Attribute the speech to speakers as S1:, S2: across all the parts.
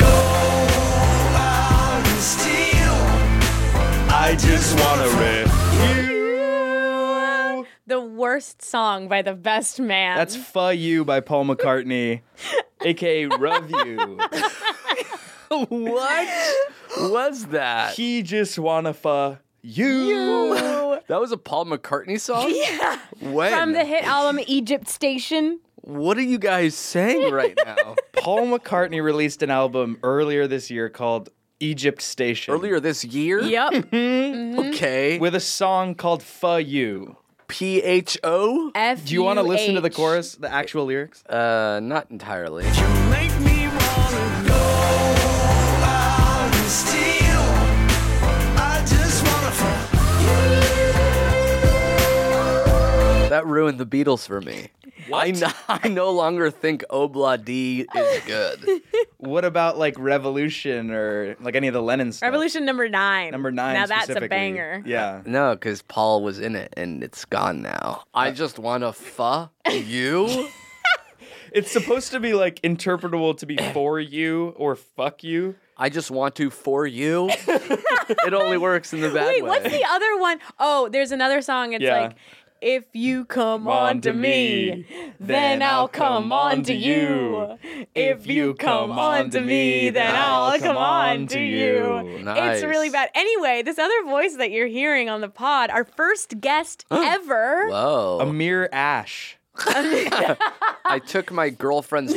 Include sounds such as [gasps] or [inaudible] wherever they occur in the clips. S1: go out and steal. I just wanna rip you.
S2: The worst song by the best man.
S3: That's "Fu You" by Paul
S1: [laughs]
S3: McCartney, aka "Love You."
S4: what was that?
S3: He just wanna fu you.
S4: that was a Paul McCartney song?
S3: When?
S2: from the hit album Egypt Station.
S4: What are you guys saying
S2: [laughs]
S4: right now?
S3: Paul McCartney released an album earlier this year called Egypt Station.
S4: Earlier this year? [laughs]
S2: Yep. Mm-hmm.
S4: Okay. With
S3: With a song called "Fu You."
S4: P H O?
S2: F.
S3: Do you want to listen to the chorus, the actual lyrics?
S4: Uh, not entirely.
S1: You make me wanna go out and steal. I just wanna fuck you.
S4: That ruined the Beatles for me. I no, [laughs] I no longer think Obla D is
S2: [laughs]
S4: good.
S3: What about like "Revolution" or like any of the Lennon stuff?
S2: Revolution number nine.
S3: Number nine.
S2: Now that's a
S3: specifically.
S2: banger.
S3: Yeah.
S4: no, because Paul was in it and it's gone now. I just want to fuck you.
S3: It's supposed to be like interpretable
S2: [coughs]
S3: to be for you or fuck you.
S4: I just want to for you. it only works in the bad
S2: Wait,
S4: way.
S2: what's the other one? Oh, there's another song. It's
S3: Yeah.
S2: like, if you come on to me, then I'll come on to you. If you come on to me, then I'll come on to you.
S4: Nice.
S2: It's really bad. Anyway, this other voice that you're hearing on the pod, our first guest ever.
S4: Whoa.
S3: Amir Ash.
S4: I took my girlfriend's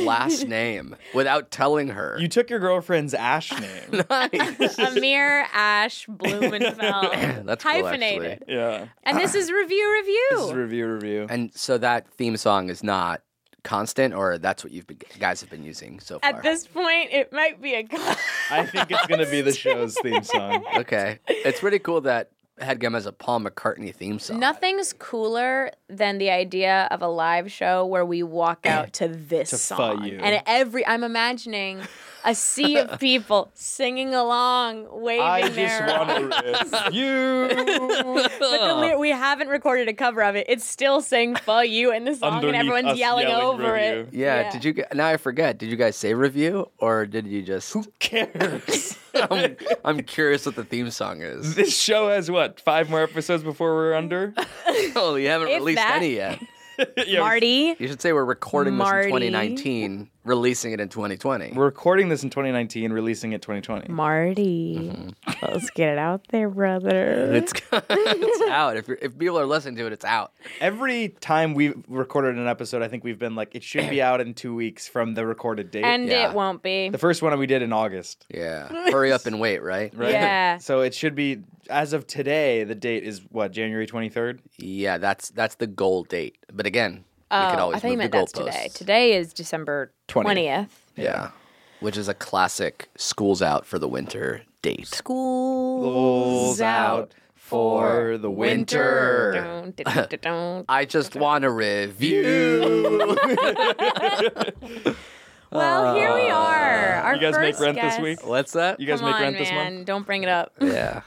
S2: [laughs]
S4: last name without telling her.
S3: You took your girlfriend's
S2: [laughs]
S3: Ash name.
S4: nice.
S2: Amir Ash
S3: [laughs]
S2: Blumenfeld.
S4: That's cool,
S2: hyphenated.
S4: actually.
S3: yeah.
S2: and this is review review.
S3: This is review
S2: [laughs]
S3: review.
S4: And so that theme song is not constant, or that's what you've been, guys have been using so far.
S2: At this point, it might be a [laughs] con-
S3: I think it's gonna be the show's theme song.
S4: okay, it's pretty cool that Headgum has a Paul McCartney theme song.
S2: Nothing's cooler than the idea of a live show where
S3: [clears throat]
S2: we walk out to this
S3: fu
S2: song.
S3: you.
S2: And every I'm imagining a
S3: [laughs]
S2: sea of people singing along, waving
S3: I just
S2: their
S3: want to
S2: [laughs]
S3: you
S2: but the lyric, we haven't recorded a cover of it. It's still saying "fu you" in the song, and
S3: Underneath us
S2: everyone's yelling,
S3: yelling
S2: over
S3: review.
S2: it.
S4: Yeah, Did you? g- Now I forget. Did you guys say review, or did you just?
S3: cares.
S4: [laughs] I'm, I'm curious what the theme song [laughs] is.
S3: [laughs] This show has what five more episodes before we're under.
S4: Oh, you haven't
S2: If
S4: released
S2: that-
S4: any yet.
S3: Yeah,
S2: [laughs] Marty?
S4: You should say we're recording
S2: Marty.
S4: this in 2019, releasing it in 2020.
S3: We're recording this in 2019, releasing it 2020.
S2: Marty,
S4: Mm-hmm.
S2: let's get it out there,
S4: [laughs]
S2: brother.
S4: It's, it's out. If, you're- if people are listening to it, it's out.
S3: Every time we've recorded an episode, I think we've been like, it should be out in two weeks from the recorded date.
S2: And
S4: Yeah.
S2: it won't be.
S3: the first one we did in August,
S4: Yeah. Hurry up and wait, right?
S3: right?
S4: [laughs]
S2: Yeah.
S3: So it should be as of today. The date is what January 23rd.
S4: Yeah, that's that's the goal date. But again, we could
S2: Oh, I
S4: always
S2: thought you
S4: move
S2: meant
S4: the
S2: that's
S4: goalposts.
S2: today. Today is December
S3: 20th.
S2: 20th.
S4: Yeah. Which is a classic school's out for the winter date.
S3: Schools out for the winter.
S2: Dun, dun, dun, dun, dun.
S4: [laughs] I just want
S3: [laughs]
S4: to review.
S2: well, here
S4: Uh,
S2: we are. Our
S3: You guys make
S2: first
S3: rent this
S2: guest.
S3: week?
S4: What's that?
S3: You guys
S2: Come
S3: make
S2: on,
S3: rent this
S2: man.
S3: month?
S2: Don't bring it [laughs] up.
S4: Yeah.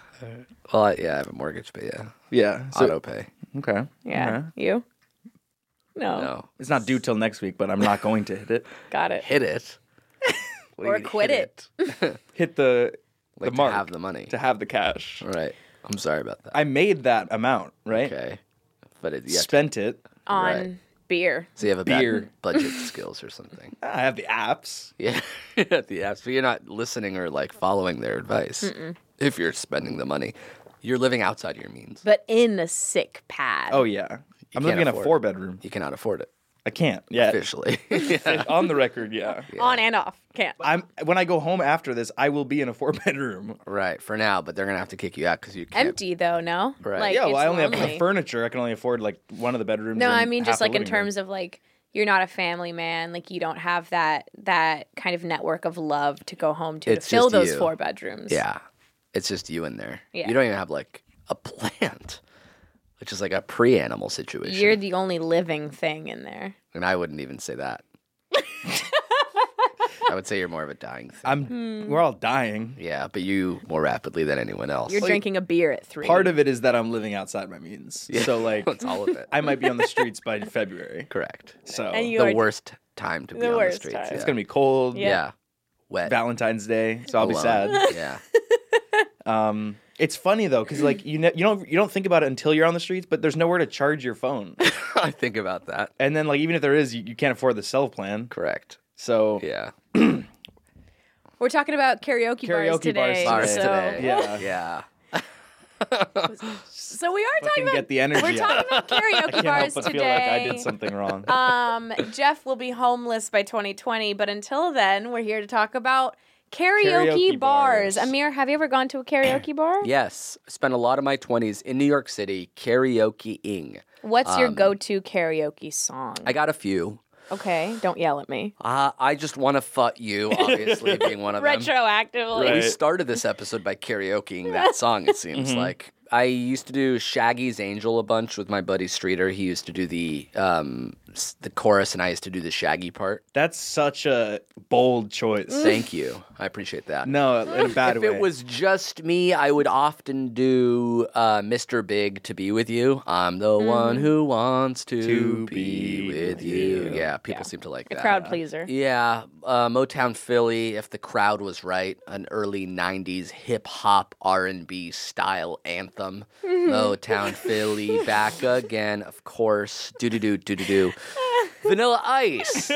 S4: Well, I- yeah, I have a mortgage, but yeah,
S3: Yeah. So,
S4: auto pay.
S3: okay.
S2: Yeah. You? No.
S4: Uh-huh. No.
S3: It's not due till next week, but I'm not going to hit it.
S2: Got it.
S4: Hit it. What do
S2: [laughs]
S4: you
S2: Or
S4: mean,
S2: quit
S4: hit
S2: [laughs]
S4: it.
S3: Hit the
S4: Like
S3: the
S4: to
S3: mark
S4: have the money.
S3: to have the cash.
S4: Right. I'm sorry about that.
S3: I made that amount, right?
S4: Okay. But it, yeah.
S3: Spent it.
S2: On
S4: Right.
S2: beer.
S4: So you have a bad
S3: Beer.
S4: budget skills or something.
S3: Ah, I have the apps.
S4: Yeah. [laughs] At the apps. But you're not listening or like following their advice. If you're spending the money, you're living outside your means.
S2: But in a sick pad.
S3: Oh yeah. I'm living in a
S4: afford it.
S3: four bedroom.
S4: You cannot afford it
S3: I can't. Yeah. [laughs]
S4: officially.
S2: [laughs]
S4: [laughs] yeah.
S3: On the record,
S4: [laughs]
S3: yeah.
S2: On and off. Can't.
S3: I'm when I go home after this, I will be in a four bedroom.
S4: Right. For now, but they're going to have to kick you out because you can't.
S2: Empty though, no?
S4: Right.
S2: Like,
S3: yeah, well,
S2: it's
S3: I only have
S2: lonely.
S3: the [laughs] furniture. I can only afford like one of the bedrooms.
S2: No,
S3: and
S2: I mean
S3: half
S2: just
S3: the
S2: like in
S3: living room.
S2: terms of like you're not a family man, like you don't have that that kind of network of love to go home to
S4: It's
S2: to fill
S4: just
S2: those
S4: you.
S2: four bedrooms.
S4: Yeah. It's just you in there.
S2: Yeah.
S4: You don't even have like a plant, which is like a pre animal situation.
S2: You're the only living thing in there.
S4: And I wouldn't even
S2: [laughs]
S4: say that. I would say you're more of a dying thing.
S3: I'm
S2: Hmm.
S3: we're all dying.
S4: yeah, but you more rapidly than anyone else. [laughs]
S2: You're drinking a beer at three.
S3: Part of it is that I'm living outside my
S4: [laughs]
S3: means. So like
S4: it's all of
S2: [laughs]
S4: it.
S3: I might be on the streets by February.
S4: Correct.
S3: So
S2: and you
S4: the
S2: are
S4: worst time to be
S2: The
S4: on the
S2: worst
S4: streets.
S2: time.
S4: Yeah.
S3: it's gonna be cold.
S4: yeah. Wet.
S3: Valentine's Day, so I'll be
S4: alone.
S2: [laughs]
S3: sad.
S4: Yeah. [laughs]
S3: Um, it's funny though, because like you know, you don't you don't think about it until you're on the streets, but there's nowhere to charge your phone,
S4: [laughs] I think about that.
S3: and then like even if there is, you, you can't afford the cell plan.
S4: Correct.
S3: So
S4: Yeah.
S2: We're talking about karaoke,
S3: Karaoke
S2: bars
S3: bars
S2: today.
S4: Sorry
S3: Bars
S2: so,
S4: today.
S3: Yeah.
S4: Yeah.
S2: so we are
S3: I
S2: talking
S3: can
S2: about
S3: get the energy.
S2: we're
S3: out.
S2: talking about
S3: [laughs]
S2: karaoke
S3: I can't help
S2: bars
S3: but
S2: today.
S3: feel like I did something wrong.
S2: [laughs] um, Jeff will be homeless by 2020, but until then, we're here to talk about karaoke,
S3: Karaoke
S2: bars.
S3: bars.
S2: Amir, have you ever gone to a karaoke bar?
S4: Yes. Spent a lot of my 20s in New York City karaoke-ing.
S2: What's your go-to karaoke song?
S4: Um, I got a few.
S2: okay, don't yell at me.
S4: Uh, I just want to fuck you,
S3: [laughs]
S4: obviously, being one of
S2: [laughs]
S4: them.
S2: Retroactively.
S4: We started this episode by karaokeing
S2: [laughs]
S4: that song, it seems
S3: Mm-hmm.
S4: like. I used to do Shaggy's Angel a bunch with my buddy Streeter. He used to do the um, s- the chorus, and I used to do the Shaggy part.
S3: That's such a bold choice.
S4: Thank you. I appreciate that.
S3: No, in a bad
S4: if
S3: way.
S4: it was just me, I would often do uh, Mr. Big to be with you. I'm the one who wants to,
S3: To
S4: be,
S3: be
S4: with
S3: with
S4: you.
S3: you.
S4: Yeah, people seem to like that.
S2: Crowd pleaser.
S4: Yeah, E- uh, Motown Philly. If the crowd was right, an early '90s hip hop R&B style anthem. Motown Philly, back again, of course. Do do do do do do. Vanilla Ice.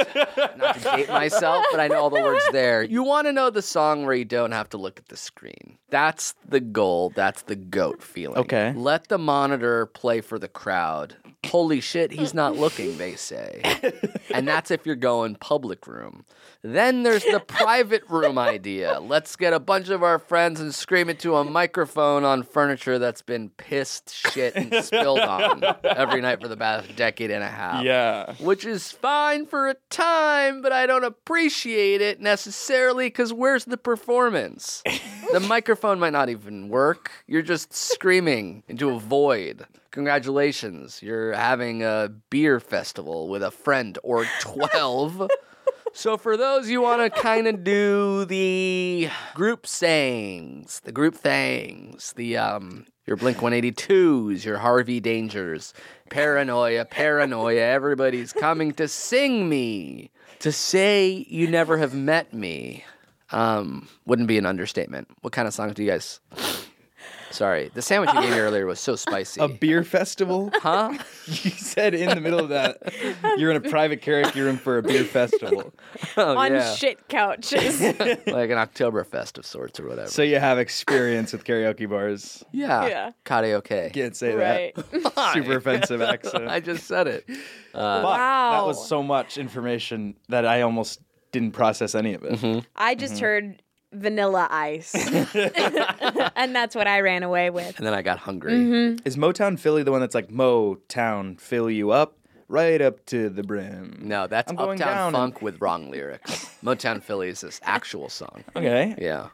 S4: Not to date myself, but I know all the words there. You want to know the song where you don't have to look at the screen. That's the goal. That's the goat feeling.
S3: Okay.
S4: Let the monitor play for the crowd. Holy shit, he's not looking, they say. And that's if you're going public room. Then there's the private room idea. Let's get a bunch of our friends and scream it to a microphone on furniture that's been pissed, shit, and spilled on every night for the past decade and a half
S3: yeah.
S4: [laughs] which is fine for a time, but I don't appreciate it necessarily because where's the performance? the microphone might not even work. You're just screaming into a void. Congratulations, you're having a beer festival with a friend or 12. So for those you
S2: [laughs]
S4: want to kind of do the group sayings, the group things, the um your Blink 182s, your Harvey Dangers, paranoia, paranoia, everybody's coming to sing me, to say you never have met me. Um wouldn't be an understatement. What kind of songs do
S2: [laughs]
S4: you guys Sorry, the sandwich you gave me earlier was so spicy.
S3: A beer
S2: [laughs]
S3: festival? [laughs]
S4: huh?
S3: you said in the middle of that you're in a private karaoke room for a beer festival.
S4: Oh,
S2: on
S4: yeah.
S2: shit
S4: [laughs]
S2: couches. yeah.
S4: like an Oktoberfest of sorts or whatever.
S3: So you have experience with karaoke bars.
S4: yeah.
S2: Yeah.
S4: Karaoke.
S3: Can't say
S2: Right.
S4: [laughs]
S3: that. Super offensive accent.
S4: I just said [laughs] it.
S3: Fuck,
S2: Wow.
S3: That was so much information that I almost didn't process any of it.
S4: Mm-hmm.
S2: I just heard vanilla
S4: [laughs]
S2: ice. [laughs] and that's what I ran away with.
S4: And then I got hungry.
S3: Is Motown Philly the one that's like Motown fill you up right up to the brim?
S4: No, that's
S3: I'm going
S4: Uptown
S3: down and-
S4: Funk with wrong lyrics. Motown Philly is this actual song.
S3: Okay.
S4: Yeah.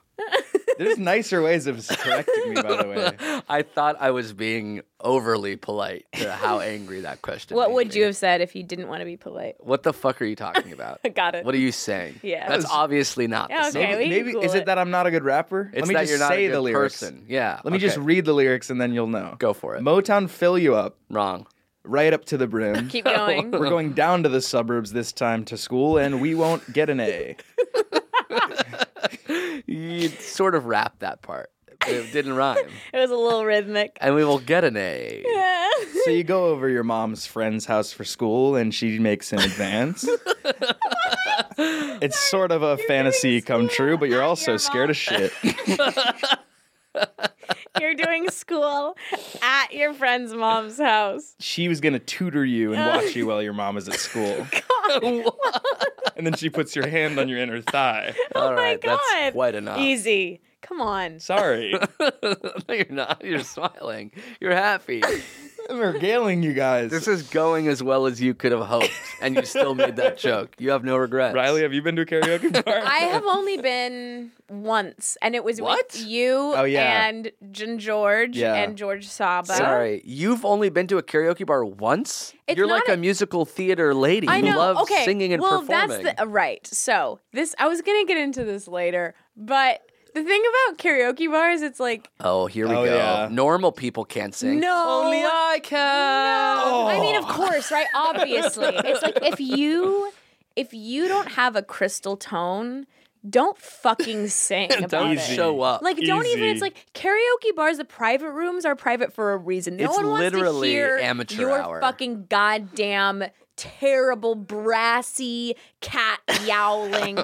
S3: There's nicer ways of correcting me, by the
S2: [laughs]
S3: way.
S4: I thought I was being overly polite to [laughs] how angry that question
S2: What
S4: made
S2: would
S4: me.
S2: you have said if you didn't want to be polite?
S4: What the fuck are you talking [laughs] about?
S2: Got it.
S4: What are you saying?
S2: Yeah.
S4: That's obviously not
S2: Yeah,
S4: the song.
S2: okay, we-
S3: Maybe
S2: Google
S3: is it,
S2: it.
S3: that I'm not a good rapper?
S4: It's
S3: Let me
S4: that
S3: just
S4: you're not
S3: say
S4: a good
S3: the lyrics.
S4: person. Yeah.
S3: Let me just
S4: okay.
S3: read the lyrics and then you'll know.
S4: Go for it.
S3: Motown fill you up
S4: wrong.
S3: right up to the
S2: [laughs]
S3: brim.
S4: [laughs]
S2: Keep going.
S3: We're going down to the suburbs this time to school, and we won't get an A.
S4: [laughs] You sort of wrapped that part. but It didn't rhyme.
S2: It was a little rhythmic.
S4: And we will get an [laughs] A.
S3: So you go over your mom's friend's house for school, and she makes an advance. it's sort of a fantasy come true, but you're also scared of shit.
S2: You're doing school at your friend's mom's house.
S3: She was gonna tutor you and watch you while your mom is at
S2: [laughs]
S3: school, and then she puts your hand on your inner thigh.
S4: All
S2: my
S4: right,
S2: God.
S4: that's quite enough.
S2: Easy. Come on.
S3: Sorry,
S4: [laughs] no, you're not. You're smiling. You're happy.
S3: I'm regaling you guys.
S4: This is going as well as you could have hoped, and you still made that joke. You have no regrets.
S3: Riley, have you been to a
S2: [laughs]
S3: karaoke bar?
S2: I have only been once, and it was
S4: What?
S2: with you
S3: Oh, yeah.
S2: and Jen George
S3: Yeah.
S2: and George Saba.
S4: Sorry, you've only been to a karaoke bar once.
S2: It's
S4: You're
S2: not
S4: like
S2: a-
S4: a musical theater lady.
S2: I
S4: who
S2: know.
S4: loves
S2: okay.
S4: singing and
S2: well,
S4: performing.
S2: that's the uh, right. So this, I was gonna get into this later, but the thing about karaoke bars, it's like uh,
S4: Oh, here we
S3: Oh,
S4: go.
S3: yeah.
S4: Normal people can't sing.
S2: No.
S4: only I can.
S2: I mean, of course,
S4: [laughs]
S2: right? Obviously. It's like if you if you don't have a crystal tone, don't fucking sing about
S4: [laughs] Don't
S2: it.
S4: show up.
S2: Like don't even
S3: Easy.
S2: it's like karaoke bars, the private rooms are private for a reason. No
S4: It's
S2: one wants
S4: literally
S2: to hear
S4: amateur
S2: your
S4: hour.
S2: fucking goddamn terrible brassy cat
S4: [laughs]
S2: yowling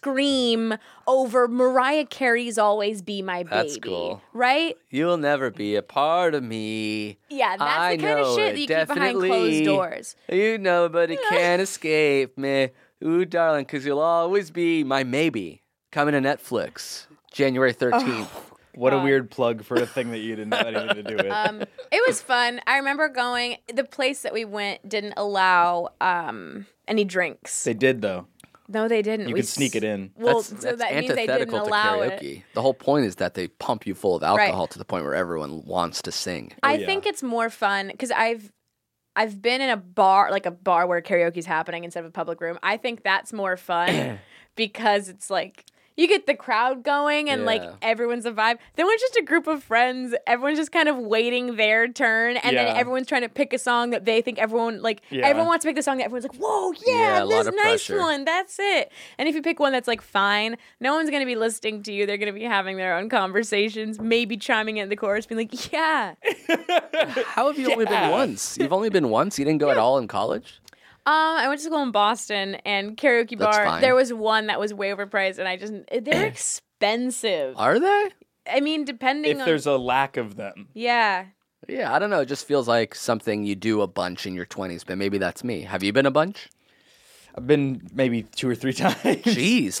S2: scream over Mariah Carey's always be my baby.
S4: That's cool.
S2: Right?
S4: You'll never be a part of me.
S2: Yeah, that's
S4: I
S2: the kind
S4: know
S2: of shit
S4: it,
S2: that you keep behind
S4: definitely.
S2: closed doors.
S4: You nobody can escape me. Ooh, darling, because you'll always be my maybe. Coming to Netflix,
S2: Oh,
S4: January 13th.
S3: What a weird plug for a thing that you didn't have anything to do with.
S2: um, it was fun. I remember going. The place that we went didn't allow um, any drinks.
S3: they did though.
S2: No, they didn't.
S3: You
S2: we
S3: could sneak it in.
S2: Well,
S4: that's,
S2: so
S4: that's
S2: that means they didn't
S4: antithetical to
S2: allow
S4: karaoke.
S2: it.
S4: The whole point is that they pump you full of alcohol
S2: Right.
S4: to the point where everyone wants to sing.
S2: I think it's more fun because I've I've been in a bar, like a bar where karaoke's happening instead of a public room. I think that's more
S4: [clears throat]
S2: fun because it's like you get the crowd going and like
S4: Yeah.
S2: everyone's a vibe. Then when it's just a group of friends, everyone's just kind of waiting their turn, and
S3: Yeah.
S2: then everyone's trying to pick a song that they think everyone like.
S3: Yeah.
S2: Everyone wants to pick the song that everyone's like, "Whoa,
S4: Yeah,
S2: yeah,
S4: a lot
S2: this
S4: of
S2: nice
S4: pressure.
S2: one, that's it." And if you pick one that's like fine, no one's gonna be listening to you. They're gonna be having their own conversations, maybe chiming in the chorus, being like, "Yeah."
S4: How have you only been once? You've only been once? You didn't go at all in college?
S2: Um, I went to school in Boston and karaoke
S4: That's
S2: bar.
S4: fine. Eh.
S2: There was one that was way overpriced, and I just they're expensive.
S4: Are they?
S2: I mean, depending
S3: If
S2: on
S3: there's a lack of them,
S2: yeah,
S4: Yeah, I don't know. It just feels like something you do a bunch in your 20s, but maybe that's me. Have you been a bunch?
S3: I've been maybe two or three [laughs] times.
S4: Jeez,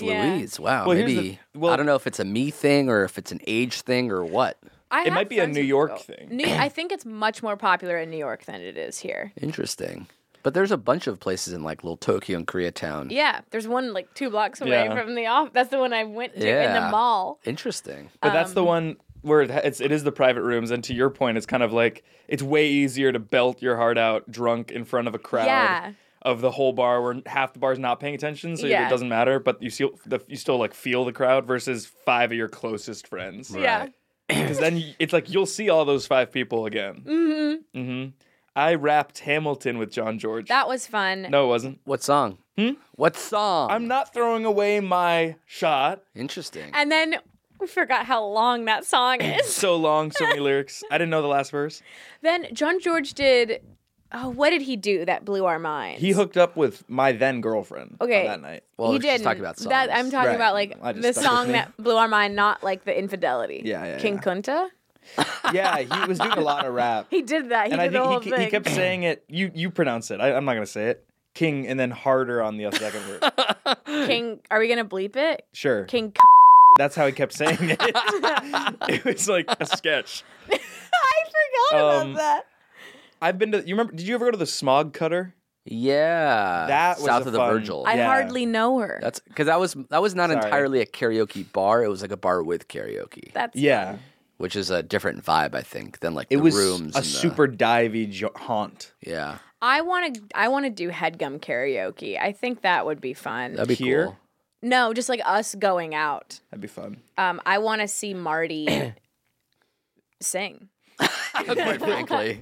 S2: [laughs] Yeah.
S4: Louise. Wow.
S3: Well, here's the-
S4: maybe.
S3: well-
S4: I don't know if it's a me thing or if it's an age thing or what.
S2: I
S3: It
S2: have
S3: might be a
S2: friends
S3: New
S2: who
S3: York
S2: go-
S3: thing.
S2: New, I think it's much more popular in New York than it is here.
S4: Interesting. But there's a bunch of places in like little Tokyo and Koreatown.
S2: Yeah, there's one like two blocks away
S3: Yeah.
S2: from the off. That's the one I went to in
S4: Yeah.
S2: the mall.
S4: Interesting.
S3: But that's
S2: Um,
S3: the one where it, ha- it's, it is the private rooms. And to your point, it's kind of like it's way easier to belt your heart out drunk in front of a crowd
S2: Yeah.
S3: of the whole bar where half the bar's not paying attention, so
S2: Yeah.
S3: it doesn't matter. But you still the, you still like feel the crowd versus five of your closest friends.
S2: Yeah,
S3: Because then you, it's like you'll see all those five people again. Mm-hmm. Mm-hmm. I rapped Hamilton with John George.
S2: that was fun.
S3: no, it wasn't.
S4: What song? Hmm? What song?
S3: I'm not throwing away my shot.
S4: Interesting.
S2: And then we forgot how long that
S3: [clears throat]
S2: song is.
S3: So long, so
S2: [laughs]
S3: many lyrics. I didn't know the last verse.
S2: then John George did. Oh, what did he do that blew our minds?
S3: He hooked up with my then girlfriend on
S2: Okay.
S3: that night.
S4: Well,
S2: he
S4: let's just
S2: didn't.
S4: talk about songs.
S2: That, I'm talking
S3: Right.
S2: about like
S3: I just
S2: the
S3: stuck with
S2: song
S3: me.
S2: that blew our mind, not like the infidelity.
S3: Yeah, yeah,
S2: King
S3: yeah.
S2: Kunta.
S3: Yeah, he was doing a lot of rap.
S2: [laughs] He did that. He
S3: and
S2: did
S3: I
S2: the whole
S3: think he, ke-
S2: thing.
S3: he kept saying it. You you pronounce it. I, I'm not going to say it. King and then harder on the second
S2: [laughs]
S3: word.
S2: King. Are we gonna bleep it?
S3: Sure.
S2: King.
S3: [laughs]
S2: C-
S3: That's how he kept saying
S2: [laughs]
S3: it. [laughs] it was like a sketch.
S2: I forgot
S3: Um,
S2: about that.
S3: I've been to, you remember, did you ever go to the smog cutter?
S4: yeah.
S3: That was
S4: South
S3: a
S4: of the
S3: fun-
S4: Virgil.
S2: I
S3: yeah.
S2: hardly know her.
S4: That's because that was that was not
S3: Sorry.
S4: entirely a karaoke bar. It was like a bar with karaoke,
S2: That's
S3: Yeah.
S4: which is a different vibe, I think, than like
S3: It
S4: the
S3: was
S4: rooms.
S3: a
S4: and the-
S3: super divey jo- haunt.
S4: yeah.
S2: I want to. I want to do headgum karaoke. I think that would be fun.
S4: That'd be
S3: Here?
S4: cool.
S2: no, just like us going out.
S3: That'd be fun. [clears throat]
S2: Um, I want to see Marty sing.
S3: [laughs]
S4: quite frankly.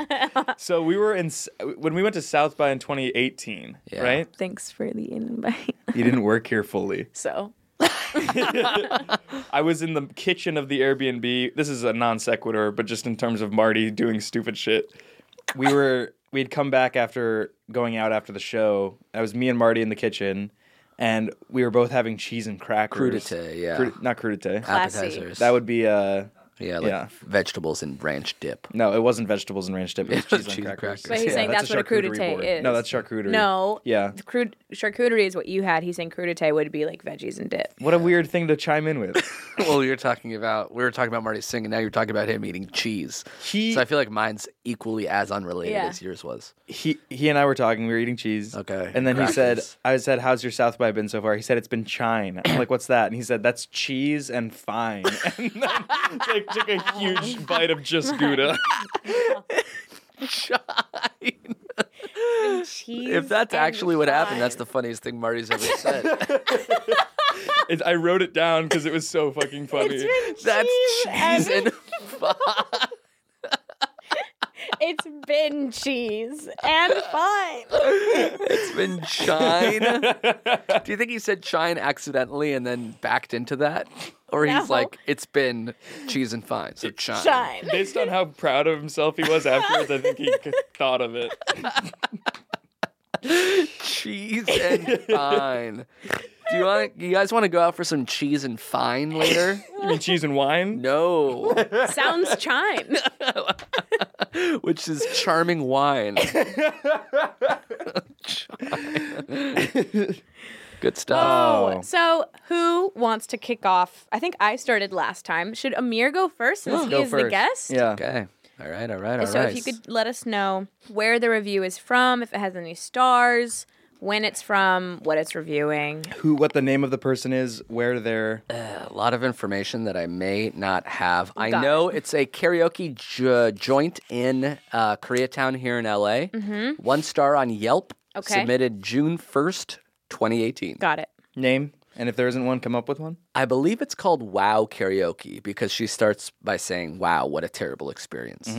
S3: So we were in S- when we went to South by in 2018,
S4: Yeah. [laughs]
S3: right?
S2: Thanks for the invite.
S3: You didn't work here fully.
S2: so
S3: I was in the kitchen of the Airbnb. This is a non sequitur, but just in terms of Marty doing stupid shit. We were we had come back after going out after the show. That was me and Marty in the kitchen, and we were both having cheese and crackers.
S4: Crudité, yeah.
S3: Cru- not crudité.
S2: Classy.
S4: Appetizers.
S3: that would be uh
S4: yeah, like
S3: yeah.
S4: vegetables and ranch dip.
S3: no, it wasn't vegetables and ranch dip. It was cheese,
S4: Yeah, cheese
S3: and
S4: and
S3: crackers.
S4: crackers. But
S2: he's saying that's what a
S3: charcuterie
S2: crudité
S3: board.
S2: is.
S3: No, that's charcuterie.
S2: no.
S3: Yeah.
S2: The crude charcuterie is what you had. He's saying crudité would be like veggies and dip.
S3: What a weird thing to chime in
S2: [laughs]
S3: with.
S4: well, you're talking about we were talking about Marty singing. Now you're talking about him eating cheese.
S3: He
S4: So I feel like mine's equally as unrelated
S2: Yeah.
S4: as yours was.
S3: he he and I were talking. We were eating cheese.
S4: Okay.
S3: And then he said,
S4: Crackers.
S3: "I said, how's your South by been so far?" He said, "It's been chine." I'm like, "What's that?" And he said, "That's cheese and fine." [laughs] And then like took a
S2: [laughs]
S3: huge bite of just Gouda.
S2: Cheese.
S4: If that's
S2: and
S4: actually what happened, that's
S2: fries.
S4: the funniest thing
S2: [laughs]
S4: Marty's ever said.
S3: It's- I wrote it down because it was so fucking funny.
S4: that's cheese and
S2: It's been cheese and fine.
S4: it's been chine.
S2: [laughs]
S4: Do you think he said chine accidentally and then backed into that, or he's
S2: No.
S4: like, it's been cheese and fine, so chine.
S2: Shine.
S3: Based on how proud of himself he was afterwards, I think he c- thought of it.
S4: cheese and fine. Do you want? You guys want to go out for some cheese and fine later?
S2: [laughs]
S3: You mean cheese and wine?
S4: No,
S2: [laughs] Sounds chime.
S4: which is charming
S2: [laughs]
S4: wine. Good
S3: [laughs] Oh.
S4: stuff.
S2: [laughs] So, who wants to kick off? I think I started last time. Should Amir go first since he
S3: Go
S2: is the
S3: first.
S2: guest?
S3: Yeah.
S4: Okay. All right. All right. All right.
S2: Oh. so, if you could let us know where the review is from, if it has any stars, when it's from, what it's reviewing.
S3: Who? What the name of the person is? Where they're?
S4: a lot of information that I may not have. I
S2: Got
S4: know it's a karaoke jo- joint in uh, Koreatown here in LA. Mm-hmm. One star on Yelp.
S2: Okay.
S4: Submitted June first, twenty eighteen.
S2: Got it.
S3: Name. And if there isn't one, come up with one.
S4: I believe it's called Wow Karaoke because she starts by saying, Wow, what a terrible experience.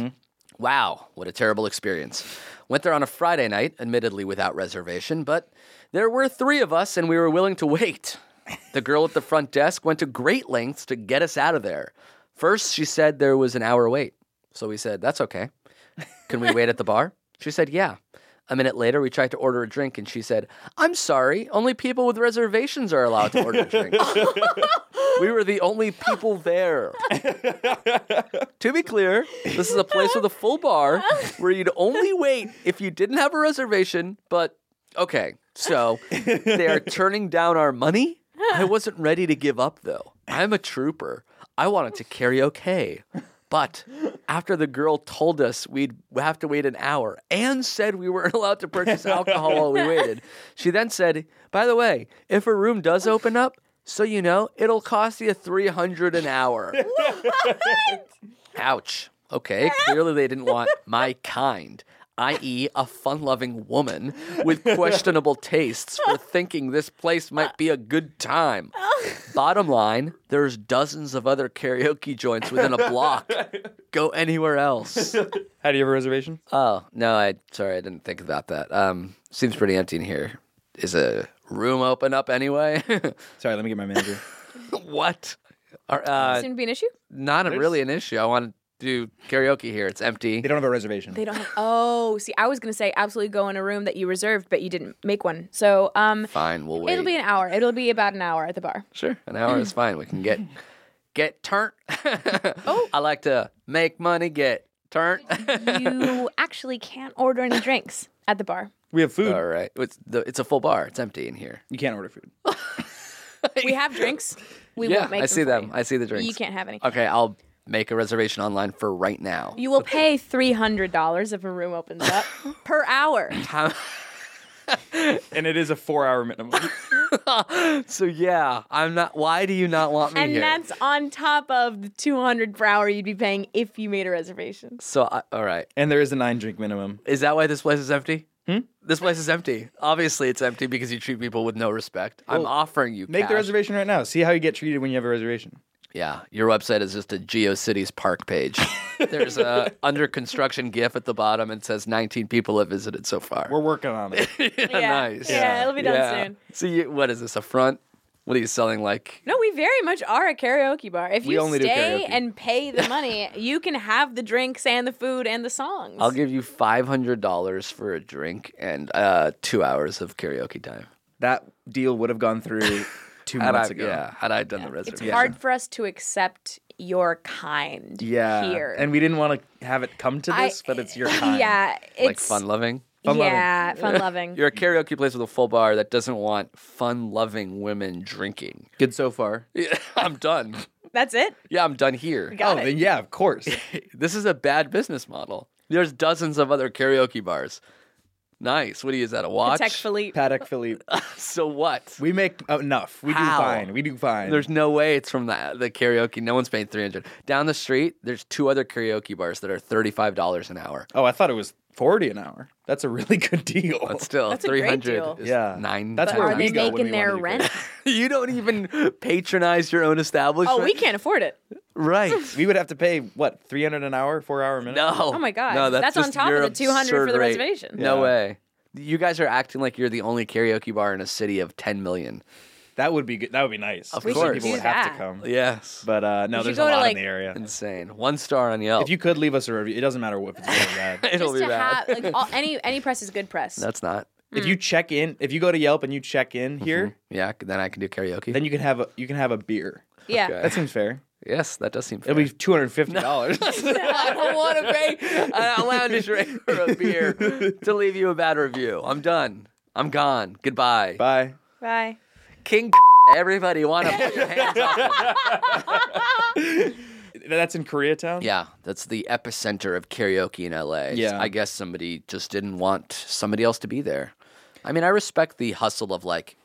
S4: Wow, what a terrible experience. Went there on a Friday night, admittedly without reservation, but there were three of us and we were willing to wait. The girl at the front desk went to great lengths to get us out of there. First, she said there was an hour wait. So we said, That's okay. Can we wait at the bar? She said, Yeah. A minute later, we tried to order a drink, and she said, I'm sorry, only people with reservations are allowed to order drinks. we were the only people there. to be clear, this is a place with a full bar where you'd only wait if you didn't have a reservation, but okay, so they are turning down our money? I wasn't ready to give up, though. I'm a trooper. I wanted to karaoke. But after the girl told us we'd have to wait an hour and said we weren't [laughs] allowed to purchase alcohol while we waited, she then said, By the way, if a room does open up, so you know, it'll cost you 300 an hour. Ouch. Okay, clearly they didn't want my kind, i.e., a fun loving woman with questionable tastes for thinking this place might be a good time. Bottom line, there's dozens of other karaoke joints within a block. Go anywhere else.
S3: How do you have a reservation?
S4: Oh, no, I sorry, I didn't think about that. Um seems pretty empty in here. Is a room open up anyway? [laughs]
S3: Sorry, let me get my
S2: [laughs]
S3: manager.
S4: what? Are, uh,
S2: Soon to be an issue?
S4: not a, really an issue. I want to do karaoke here. It's empty.
S3: They don't have a reservation.
S2: They don't have. Oh, see, I was going to say absolutely go in a room that you reserved, but you didn't make one. So, um,
S4: Fine, we'll wait.
S2: it'll be an hour. It'll be about an hour at the bar.
S4: Sure, an hour
S2: [clears throat]
S4: is fine. We can get get turnt. [laughs] oh, I like to make money get
S2: [laughs]
S4: turnt. [laughs]
S2: you actually can't order any drinks at the bar.
S3: We have food.
S4: All right, it's the, it's a full bar. It's empty in here.
S3: You can't order food.
S2: We have drinks. We
S4: yeah,
S2: won't make
S4: I see
S2: for
S4: them.
S2: you.
S4: I see the drinks.
S2: You can't have any.
S4: Okay, I'll make a reservation online for right now.
S2: You will pay three hundred dollars if a room opens up
S4: [laughs]
S2: per hour.
S4: How-
S3: And it is a four hour minimum.
S4: so yeah, I'm not. Why do you not want me
S2: And
S4: here?
S2: that's on top of the two hundred per hour you'd be paying if you made a reservation.
S4: [laughs] so I, all right.
S3: [laughs] and there is a nine drink minimum.
S4: Is that why this place is empty? Hmm? This place is empty. Obviously, it's empty because you treat people with no respect. I'm offering you
S3: Make the
S4: cash.
S3: reservation right now. See how you get treated when you have a reservation.
S4: Yeah, your website is just a GeoCities park [laughs] page. There's a under construction GIF at the bottom and says 19 people have visited so far.
S3: We're working on it.
S4: yeah,
S2: Yeah.
S4: nice.
S2: Yeah, it'll be done soon.
S4: So you, what is this? A front? What are you selling? Like
S2: No, we very much are a karaoke bar. If
S3: We
S2: you
S3: only do
S2: stay
S3: karaoke.
S2: and pay
S4: [laughs]
S2: the money, you can have the drinks and the food and the songs.
S4: I'll give you five hundred dollars for a drink and uh, two hours of karaoke time.
S3: That deal would have gone through two
S4: Had
S3: months
S4: I,
S3: ago.
S4: yeah, had I done the
S2: it's
S4: reservation,
S2: hard for us to accept your kind
S3: Yeah.
S2: here.
S3: And we didn't want to have it come to
S2: I-
S3: this, but
S2: [laughs]
S3: it's your time.
S2: Yeah, it's
S4: like fun loving.
S3: Fun-loving.
S2: yeah, fun loving.
S4: You're a karaoke place with a full bar that doesn't want fun loving women [laughs] drinking.
S3: Good so far.
S4: Yeah, I'm done.
S2: That's it.
S4: Yeah, I'm done here.
S2: Got
S3: oh,
S2: it.
S3: then yeah, of course.
S4: This is a bad business model. There's dozens of other karaoke bars. Nice. What do you use that? A watch?
S2: Protect Philippe.
S3: Paddock Philippe.
S4: So what?
S3: We make enough. We
S4: How?
S3: do fine. We do fine.
S4: There's no way it's from the, the karaoke. No one's paying 300. Down the street, there's two other karaoke bars that are $35 an hour.
S3: oh, I thought it was 40 an hour. That's a really [laughs] good deal.
S4: But still,
S2: Oh, That's a great
S4: 300
S2: deal.
S4: is
S3: Yeah.
S4: nine.
S3: That's
S2: But
S4: ten
S3: where
S2: are
S4: times
S2: they
S3: we go when
S2: making
S3: we
S2: their
S3: wanna do
S2: rent?
S4: [laughs] You don't even patronize your own establishment.
S2: Oh, we can't
S3: [laughs]
S2: afford it. [laughs]
S4: Right.
S3: we would have to pay, what, 300 an hour, four hour minute?
S4: No.
S2: Oh my God.
S4: No, that's,
S2: That's on
S4: just
S2: top of
S4: your
S2: the 200 for
S4: absurd
S2: the
S4: rate.
S2: reservation.
S4: No
S3: Yeah.
S4: way. You guys are acting like you're the only karaoke bar in a city of 10 million.
S3: That would be good. That would be nice. Of
S4: course.
S3: People
S2: Do
S3: would have
S2: that.
S3: to come.
S4: Yes.
S3: But uh, no,
S2: should
S3: there's a
S2: go
S3: lot
S2: to,
S3: in
S2: like-
S3: the area.
S4: Insane. One star on Yelp.
S3: If
S4: [laughs]
S3: you could leave us a review, it doesn't matter what if it's good or
S2: [laughs]
S3: bad.
S4: It'll
S2: Just
S4: be
S2: to
S4: bad.
S2: have like all, any any press is good press.
S4: That's not.
S3: if
S2: Mm.
S3: you check in, if you go to Yelp and you check in
S4: Mm-hmm.
S3: here,
S4: Yeah, c- then I can do karaoke.
S3: then you can have a you can have a beer.
S2: yeah.
S4: okay.
S3: That seems fair.
S4: yes, that does seem fair. [laughs]
S3: It'll be two hundred fifty
S2: [laughs]
S3: dollars.
S4: I don't want to pay
S3: [laughs]
S4: a lounge rate for a beer to leave you a bad review. I'm done. I'm gone. Goodbye.
S3: Bye.
S2: Bye.
S4: King [laughs]
S3: [laughs]
S4: everybody want to put your hands off him.
S3: That's in Koreatown.
S4: Yeah, that's the epicenter of karaoke in LA.
S3: Yeah.
S4: I guess somebody just didn't want somebody else to be there. I mean, I respect the hustle of like,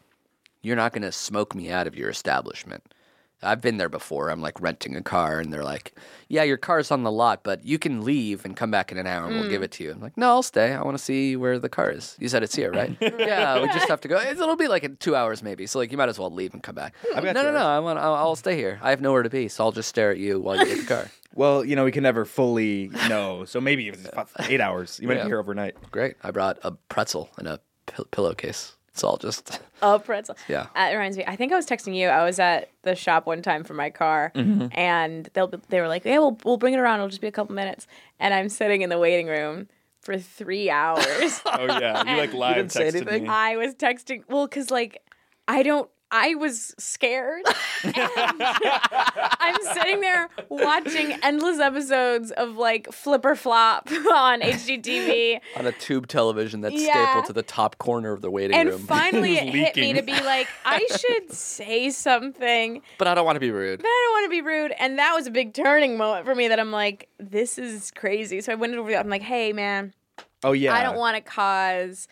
S4: you're not going to smoke me out of your establishment. I've been there before. I'm like renting a car, and they're like, yeah, your car's on the lot, but you can leave and come back in an hour and we'll give it to you. I'm like, no, I'll stay. I want to see where the car is. You said it's here, right? [laughs] yeah, we just have to go. It's- It'll be like in two hours maybe. So, like, you might as well leave and come back.
S3: I've
S4: no,
S3: got
S4: no,
S3: two
S4: no. I want, I'll, I'll stay here. I have nowhere to be, so I'll just stare at you while you get the car.
S3: Well, you know we can never fully know, so maybe it was
S2: [laughs]
S3: about eight hours. You might
S4: Yeah.
S3: be here overnight.
S4: Great. I brought a pretzel and a pill- pillowcase. It's all just
S2: Oh, pretzel. [laughs]
S4: Yeah.
S2: That reminds me. I think I was texting you. I was at the shop one time for my car, and they'll be, they were like, "Yeah, we'll we'll bring it around. It'll just be a couple minutes." And I'm sitting in the waiting room for three hours.
S3: Oh yeah, you like live
S4: didn't say anything?
S2: I was texting. Well, because like I don't. I was scared. And [laughs] I'm sitting there watching endless episodes of like Flipper Flop [laughs] on HGTV.
S4: on a tube television that's
S2: Yeah.
S4: stapled to the top corner of the waiting
S2: And
S4: [laughs] room.
S2: finally, it hit me
S3: leaking.
S2: to be like, I should say something.
S4: but I don't want to be rude.
S2: but I don't want to be rude. And that was a big turning moment for me that I'm like, this is crazy. So I went over, I'm like, hey, man,
S3: Oh yeah.
S2: I don't
S4: Uh-huh.
S2: want to cause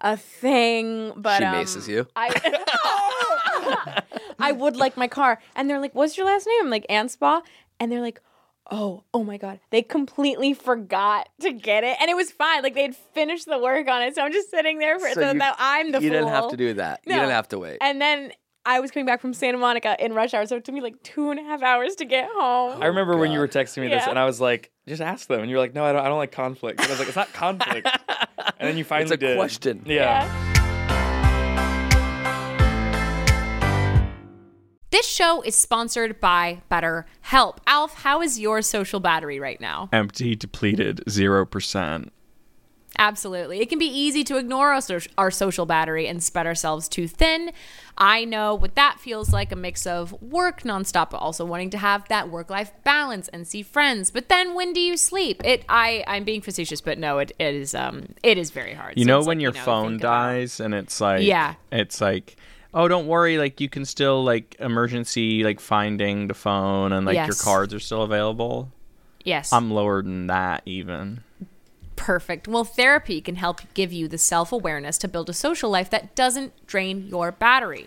S2: a thing, but.
S4: She
S2: um,
S4: maces you.
S2: I, [laughs] I would like my car. And they're like, what's your last name? I'm like, Anspa. And they're like, oh, oh my God. They completely forgot to get it. And it was fine. Like, they had finished the work on it. So I'm just sitting there for
S4: So
S2: so
S4: you-
S2: now I'm the
S4: you
S2: fool.
S4: didn't have to do that. You
S2: No.
S4: didn't have to wait.
S2: And then I was coming back from Santa Monica in rush hour, so it took me like two and a half hours to get
S4: Oh,
S2: home.
S3: I remember when you were texting me this,
S2: Yeah.
S3: and I was like, "Just ask them." And you were like, "No, I don't. I don't like conflict." And I was like, "It's not
S2: [laughs]
S3: conflict." and then you finally
S4: a
S3: did.
S4: question.
S3: Yeah.
S5: This show is sponsored by BetterHelp. Alf, how is your social battery right now?
S6: Empty, depleted, 0%.
S5: Absolutely. It can be easy to ignore our, soc- our social battery and spread ourselves too thin. I know what that feels like a mix of work nonstop, but also wanting to have that work life balance and see friends. But then when do you sleep? It I, I'm being facetious, but no, it, it is um it is very hard.
S6: You
S5: So
S6: know
S5: it's
S6: when
S5: like,
S6: your
S5: you know,
S6: phone
S5: think about-
S6: dies and it's like
S5: Yeah.
S6: it's like oh don't worry like you can still like emergency like finding the phone and like your
S5: Yes.
S6: cards are still available.
S5: Yes.
S6: I'm lower than that even.
S5: Perfect. Well, therapy can help give you the self awareness to build a social life that doesn't drain your battery.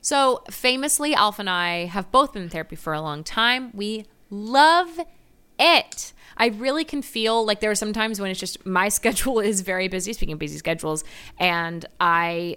S5: So, famously, Alf and I have both been in therapy for a long time. We love it. I really can feel like there are some times when it's just my [laughs] schedule is very busy, speaking of busy schedules, and I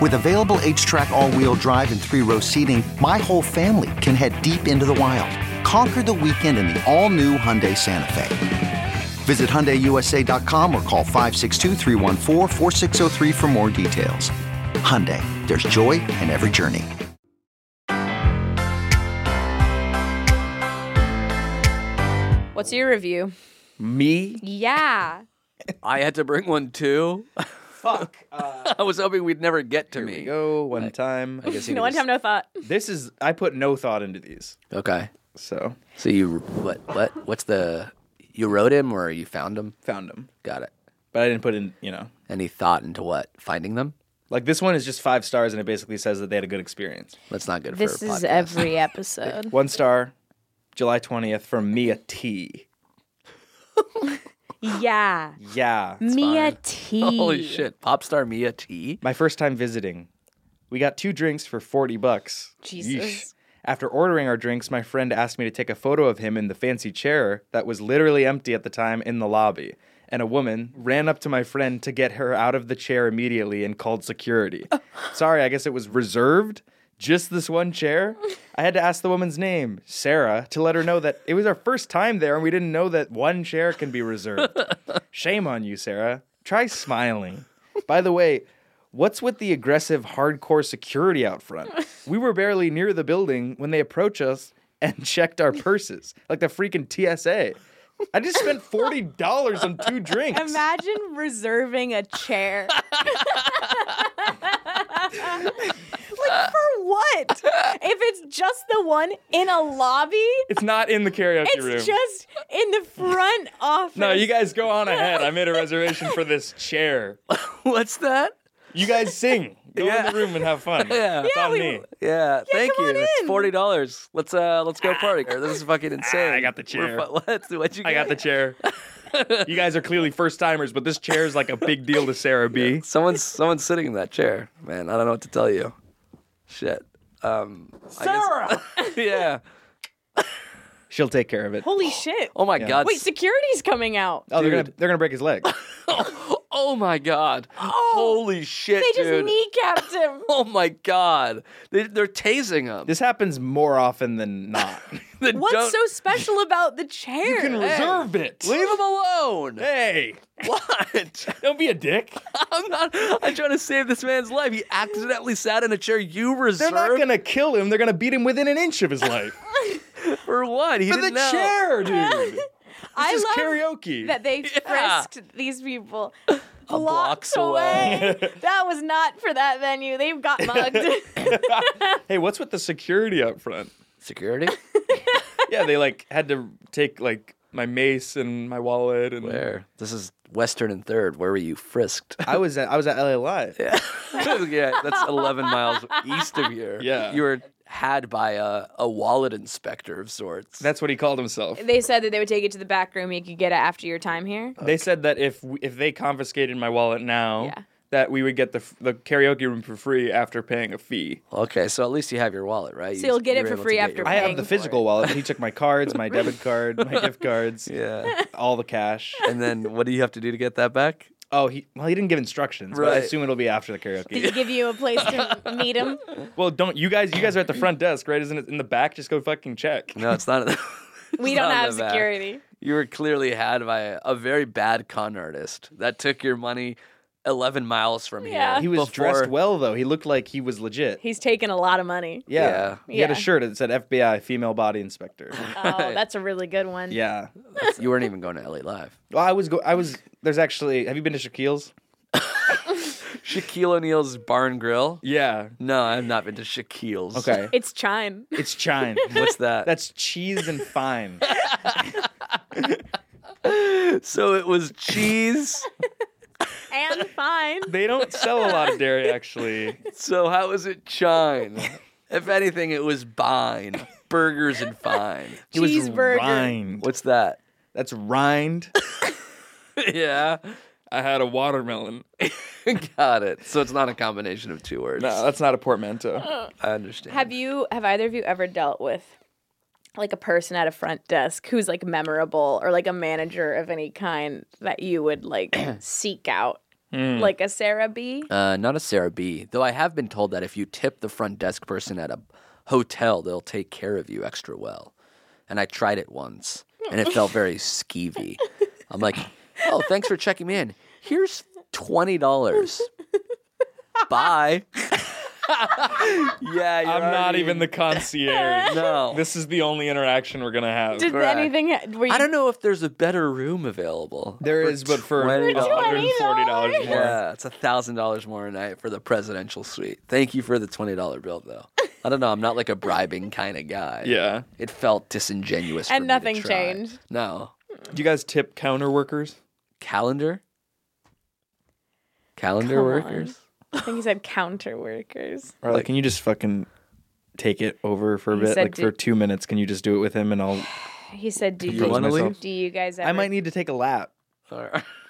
S7: With available H track, all wheel drive, and three row seating, my whole family can head deep into the wild. Conquer the weekend in the all new Hyundai Santa Fe. Visit HyundaiUSA.com or call 562-314-4603 for more details. Hyundai, there's joy in every journey.
S2: What's your review?
S4: Me?
S2: Yeah.
S4: I had to bring one too. [laughs]
S3: Fuck.
S4: I was hoping we'd never get to me.
S3: go one time. I guess
S2: No one time, no thought.
S3: This is I put no thought into these.
S4: Okay.
S3: So
S4: So you what what what's the you wrote him or you found him?
S3: found them.
S4: Got it.
S3: But I didn't put in, you know.
S4: Any thought into what? Finding them?
S3: Like this one is just five stars, and it basically says that they had a good experience.
S4: That's not good.
S2: This is
S3: [laughs]
S2: every episode.
S3: One star, July twentieth from Mia T.
S2: yeah.
S3: Yeah, it's
S2: Mia
S3: fine.
S2: T.
S3: pop star Mia T. My first time visiting. We got two drinks for 40 bucks.
S2: Jesus.
S3: After ordering our drinks, my friend asked me to take a photo of him in the fancy chair that was literally empty at the time in the lobby. And a woman ran up to my friend to get her out of the chair immediately and called security. Sorry, I guess it was reserved. Just this one chair? I had to ask the woman's name, Sarah, to let her know that it was our first time there and we didn't know that one chair can be reserved. Shame on you, Sarah. Try smiling. By the way, what's with the aggressive, hardcore security out front? We were barely near the building when they approached us and [laughs] checked our purses, like the freaking TSA. I just spent forty dollars on two drinks.
S2: Imagine reserving a chair.
S3: [laughs]
S2: like for what? If it's just the one in a lobby,
S3: It's not in the karaoke
S2: it's
S3: room.
S2: just in the front
S3: [laughs]
S2: office.
S3: no, you guys go on ahead. I made a reservation for this chair.
S4: [laughs] What's that?
S3: You guys sing. Go in the room and have fun.
S4: Yeah.
S3: it's
S4: Yeah,
S3: on
S4: we-
S3: me.
S4: Yeah, thank you. It's forty dollars. Let's uh let's go party. girl. This is fucking insane. I got the
S3: chair.
S4: Let's do [laughs] what you.
S3: I got the chair. you guys are clearly first timers, but this chair is like a big deal to Sarah B.
S4: [laughs] Someone's someone's sitting in that chair, man. I don't know what to tell you. Shit. Um, Sarah. [laughs] yeah.
S3: She'll take care of it.
S2: Holy shit!
S4: Oh my
S3: Yeah.
S4: God.
S2: Wait, security's coming out.
S3: Oh, they're gonna they're gonna break his [laughs] leg.
S4: Oh my god. Holy shit,
S2: They just
S4: dude.
S2: kneecapped him.
S4: Oh my god. They, they're tasing him.
S3: This happens more often than [laughs] not.
S2: What's so special about the chair? You
S3: can reserve it.
S4: Leave him alone.
S3: Hey.
S4: [laughs] What?
S3: Don't be a dick.
S4: I'm not. I'm trying to save this man's life. He accidentally sat in a chair you
S3: They're
S4: reserved
S3: not gonna kill him. They're gonna beat him within an inch of his [laughs] life.
S4: for what? He
S3: For the
S4: didn't
S2: [laughs]
S4: know.
S3: chair, dude. This
S2: I
S3: is
S2: love
S3: karaoke.
S2: that they
S4: Yeah.
S2: frisked these people
S3: blocks
S2: blocks away. that was not for that venue. They've got mugged.
S3: hey, what's with the security up front?
S2: [laughs]
S4: Security?
S3: yeah, they like had to take like my mace and my wallet and
S4: Where? This is Western and Third. Where were you [laughs] frisked?
S3: I was at I was at LA Live.
S4: Yeah. yeah, that's 11 miles east of here.
S3: Yeah.
S4: You were had by a, a wallet inspector of sorts.
S3: That's what he called himself.
S2: [laughs] they said that they would take it to the back room. You could get it after your time here.
S3: They said that if w- if they confiscated my wallet now, that we would get the f- the karaoke room for free after paying a fee.
S4: Okay, so at least you have your wallet, right?
S2: So you'll get it for free after
S3: I have
S2: paying
S3: the
S2: for it.
S3: physical wallet. but He took my cards, my
S2: [laughs]
S3: debit card, my gift cards,
S4: yeah,
S3: all the cash.
S4: And then what do you have to do to get that back?
S3: Oh, he well, he didn't give instructions. But I
S4: Right.
S3: assume it'll be after the karaoke.
S2: Did he give you a place to meet him?
S3: well, don't you guys? You guys are at the front desk, right? Isn't it in the back? Just go fucking check.
S4: No, [laughs] it's not.
S2: We
S4: It's
S2: don't
S4: not
S2: have
S4: in the back.
S2: security.
S4: You were clearly had by a very bad con artist that took your money 11 miles from
S2: Yeah. He
S4: here.
S3: He was dressed
S4: before-
S3: well though. He looked like he was legit.
S2: He's taking a lot of money.
S3: Yeah. He had a
S2: Yeah.
S3: shirt that said FBI female body
S2: [laughs]
S3: inspector.
S2: Oh, that's a really good one.
S3: yeah.
S4: [laughs] You weren't even going to LA Live.
S3: Well, I was go I was there's actually have you been to Shaquille's?
S4: Shaquille O'Neal's Barn Grill?
S3: Yeah.
S4: No, I've not been to Shaquille's.
S3: Okay.
S2: It's chime.
S3: It's chine.
S4: [laughs]
S3: [laughs]
S4: What's that?
S3: That's cheese and fine.
S4: so it was cheese.
S2: And [laughs] fine.
S3: They don't sell a lot of dairy actually.
S4: so how was it chine?
S3: [laughs]
S4: If anything, it was bine. Burgers and fine.
S3: It was
S2: Cheeseburger.
S3: rind.
S4: What's that?
S3: [laughs] That's [laughs] rind.
S4: yeah.
S3: I had a watermelon.
S4: Got it. So it's not a combination of two words.
S3: No, that's not a portmanteau.
S4: I understand.
S2: Have you? Have either of you ever dealt with like a person at a front desk who's like memorable or like a manager of any kind that you would like seek out, like a Sarah B?
S4: Uh, not a Sarah B. Though I have been told that if you tip the front desk person at a hotel, they'll take care of you extra well. And I tried it once, and it felt [laughs] very skeevy. I'm like, oh, thanks for checking me in. Here's twenty [laughs] dollars. Bye. yeah, you're
S3: I'm not
S4: already-
S3: even the concierge. [laughs]
S4: No.
S3: This is the only interaction we're gonna have.
S2: Did
S4: correct.
S2: anything? Were you,
S4: I don't know if there's a better room available.
S3: There is, but for
S4: $20.
S3: $140 more.
S4: Yeah, it's a thousand dollars more a night for the presidential suite. Thank you for the twenty dollar bill,
S2: [laughs]
S4: though. I don't know. I'm not like a bribing kind of guy.
S3: Yeah.
S4: it felt disingenuous. for
S2: And
S4: me to
S2: nothing
S4: try.
S2: changed.
S4: No
S3: Do you guys tip counter workers?
S4: calendar. Calendar
S2: Come on.
S4: workers.
S2: I think he said counter workers.
S3: Or like, can you just fucking take it over for a
S2: He
S3: bit?
S2: said
S3: Like
S2: do-
S3: for two minutes, can you just do it with him and I'll
S2: He said, "Do
S3: You
S2: you,
S3: wanna leave?
S2: do you guys ever
S3: I might need to take a lap.
S4: [laughs]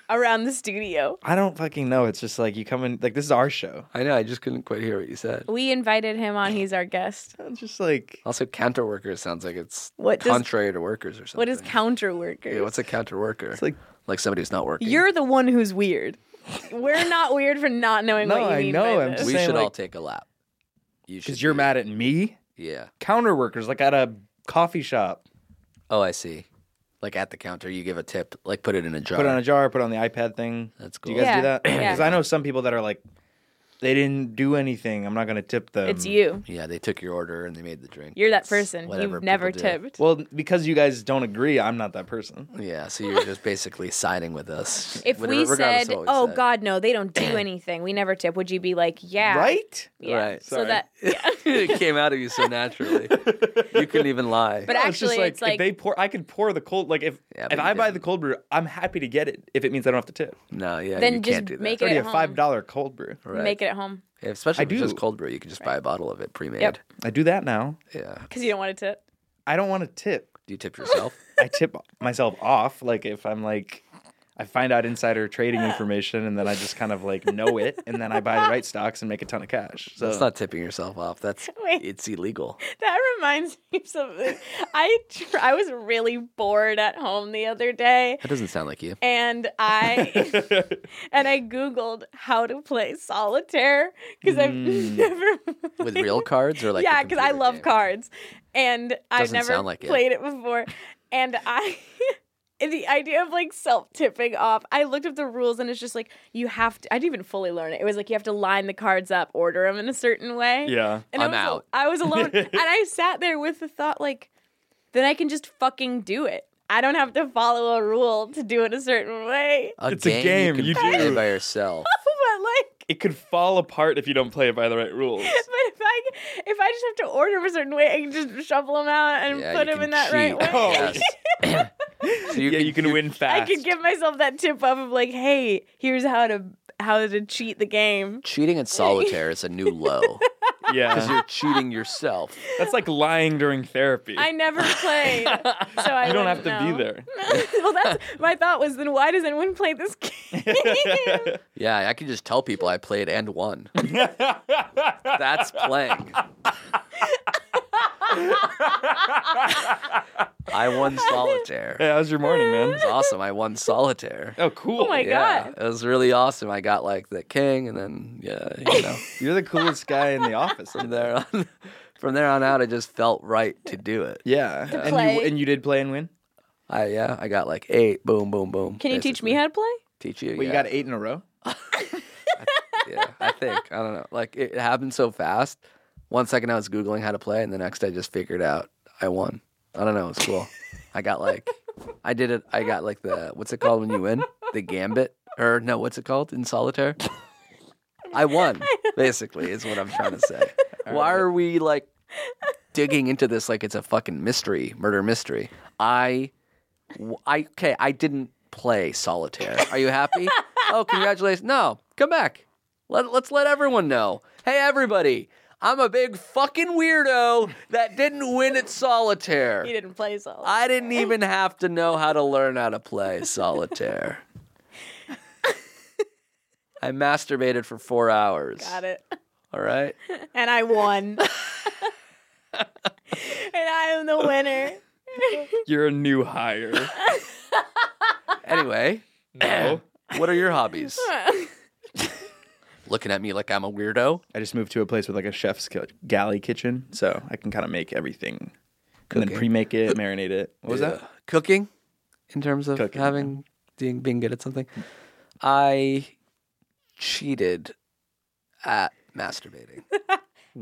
S2: around the studio?"
S3: I don't fucking know. It's just like you come in like this is our show. [laughs] I know, I just couldn't quite hear what you said.
S2: We invited him on. He's our guest.
S3: just like
S4: Also, counter workers sounds like it's
S2: What does-
S4: contrary to workers or something.
S2: what is counter workers?
S4: Yeah, what's a counter worker?
S3: [laughs]
S4: It's
S3: like
S4: like somebody who's not working.
S2: You're the one who's weird. We're not weird for not knowing
S3: No,
S2: what you
S3: I
S2: mean.
S3: know,
S2: By
S3: I'm
S2: this.
S3: just
S4: we
S3: saying,
S4: should all
S3: like-
S4: take a lap.
S3: Because you're mad at me?
S4: Yeah.
S3: Counter workers, like at a coffee shop.
S4: Oh, I see. Like at the counter, you give a tip, like put it in a jar.
S3: Put it on a jar, put it on the iPad thing. That's cool. Do you guys
S2: Yeah,
S3: do that?
S2: yeah.
S3: Because I know some people that are like, they didn't do anything. I'm not gonna tip them.
S2: It's you.
S3: Yeah, they took your order and they made the drink.
S2: You're that person. You've never tipped.
S3: Well, because you guys don't agree, I'm not that person.
S4: Yeah, so you're just basically siding with us.
S2: [laughs] If we said, "Oh God, no, they don't do anything. We never tip," would you be like, "Yeah,
S4: Right?
S2: Yeah.
S4: Right.
S2: So that
S4: [laughs] it came out of you so naturally. you couldn't even lie.
S2: But actually, it's like-
S3: if they pour, I could pour the cold. Like if if I buy the cold brew, I'm happy to get it if it means I don't have to tip.
S4: No, yeah,
S2: Then you can't just do that. make
S3: It's already
S2: it
S3: a
S2: at
S3: five dollar cold brew.
S2: make it at home
S4: Yeah, especially
S3: I
S4: if it's just
S3: do.
S4: cold brew, you can just buy a bottle of it pre-made.
S2: Yep.
S3: I do that now.
S4: Yeah.
S2: because you don't want to tip."
S3: I don't want to tip.
S4: Do you tip yourself?
S3: I tip myself off. Like if I'm like, I find out insider trading information, and then I just kind of like know it, and then I buy the right stocks and make a ton of cash. [laughs] So
S4: That's not tipping yourself off. That's
S2: [laughs] Wait.
S4: it's illegal.
S2: That reminds [laughs] me of something. I tr- I was really bored at home the other day,
S4: That doesn't
S2: [laughs]
S4: sound like you.
S2: and
S4: [laughs]
S2: I and I googled how to play solitaire because I've [laughs]
S4: Mm.
S2: never
S4: With real cards or like
S2: yeah
S4: a
S2: because I
S4: computer
S2: love
S4: game?
S2: cards, and I've
S4: Doesn't
S2: never
S4: sound like it.
S2: played it before, and I. [laughs] and The idea of like self tipping off. I looked up the rules and it's just like you have to. I didn't even fully learn it. It was like you have to line the cards up, order them in a certain way.
S3: Yeah.
S2: and I
S3: I'm
S2: was al-
S3: out.
S2: I
S3: [laughs]
S2: was alone, and I sat there with the thought like, then I can just fucking do it. I don't have to follow a rule to do it a certain way. [laughs]
S4: A
S3: It's a game,
S4: game, You,
S3: you
S4: can play
S3: do.
S4: by yourself.
S2: but like,
S3: it could fall apart if you don't play it by the right rules.
S2: but if I if I just have to order 'em a certain way, I can just shuffle them out and
S3: Yeah,
S2: put
S3: you
S2: them in
S3: can
S2: that
S3: cheat.
S2: right way.
S3: Oh, yes.
S2: [laughs]
S3: so you yeah, can, you can win
S2: I
S3: fast.
S2: could give myself that tip off of like, hey, here's how to how to cheat the game.
S4: Cheating
S2: [laughs]
S4: in solitaire is a new low.
S3: Yeah.
S4: Because you're cheating yourself.
S3: That's like lying during therapy. [laughs]
S2: I never played, so I
S3: you don't have to
S2: wouldn't know.
S3: be there.
S2: [laughs] well, that's my thought was then why does anyone play
S3: [laughs]
S2: this game? [laughs]
S4: Yeah, I can just tell people I played and won. That's playing.
S2: [laughs]
S4: I won solitaire.
S3: Yeah, how's your morning, man?
S4: It's awesome. I
S2: [laughs]
S4: won solitaire.
S3: Oh, cool.
S2: Oh my
S4: yeah,
S2: God.
S4: It was really awesome. I got like the king, and then yeah, you know,
S3: you're the coolest guy in the office.
S4: From there on, [laughs] from there on out, it just felt right to do it.
S3: Yeah,
S2: To And you- play. and
S3: you did play and win.
S4: I yeah, I got like eight. Boom, boom, boom.
S2: Can you teach me how to play?
S4: teach you?
S3: Well, you
S4: yeah.
S3: got eight in a row.
S4: yeah, I think. I don't know. Like it happened so fast. One second I was Googling how to play, and the next I just figured out I won. I don't know. It's
S3: [laughs]
S4: cool. I got like, I did it. I got like the, what's it called when you win? The gambit? Or no, what's it called in solitaire? I won, basically, is what I'm trying to say. [laughs] Why are we like digging into this like it's a fucking mystery, murder mystery? I, w- I, okay, I didn't play solitaire. Are you [laughs] happy? oh, congratulations. No, come back. Let, let's let everyone know. Hey, everybody, I'm a big fucking weirdo that didn't win at solitaire.
S2: He didn't play so.
S4: I didn't even have to know how to learn how to play solitaire. I masturbated for four hours.
S2: Got it.
S4: All right.
S2: And I won. and I am the winner.
S3: You're a new hire.
S4: Anyway,
S3: No.
S4: [clears throat] what are your hobbies? [laughs] Looking at me like I'm a weirdo.
S3: I just moved to a place with like a chef's ki- galley kitchen, so I can kind of make everything, and
S4: Cooking.
S3: then pre-make it, marinate it. What was
S4: Yeah.
S3: that?
S4: Cooking, in terms of having being, being good at something. I cheated at masturbating.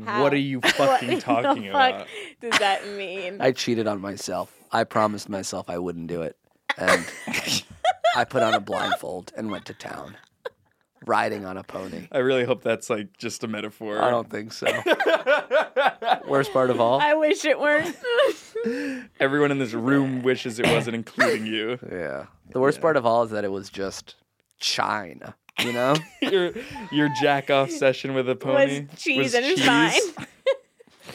S2: How? [laughs] what the fuck Does that mean?
S4: I cheated on myself. I promised myself I wouldn't do it. And I put on a blindfold and went to town, riding on a pony.
S3: I really hope that's like just a metaphor.
S4: I don't think so. Worst part of
S2: [laughs]
S4: all,
S2: I wish it weren't.
S3: everyone in this room
S4: [laughs]
S3: wishes it wasn't, including you.
S4: Yeah. the worst part of all is that it was just China.
S3: [laughs]
S4: You know,
S3: your your jack off session with a pony
S2: cheese and it's fine.
S3: [laughs]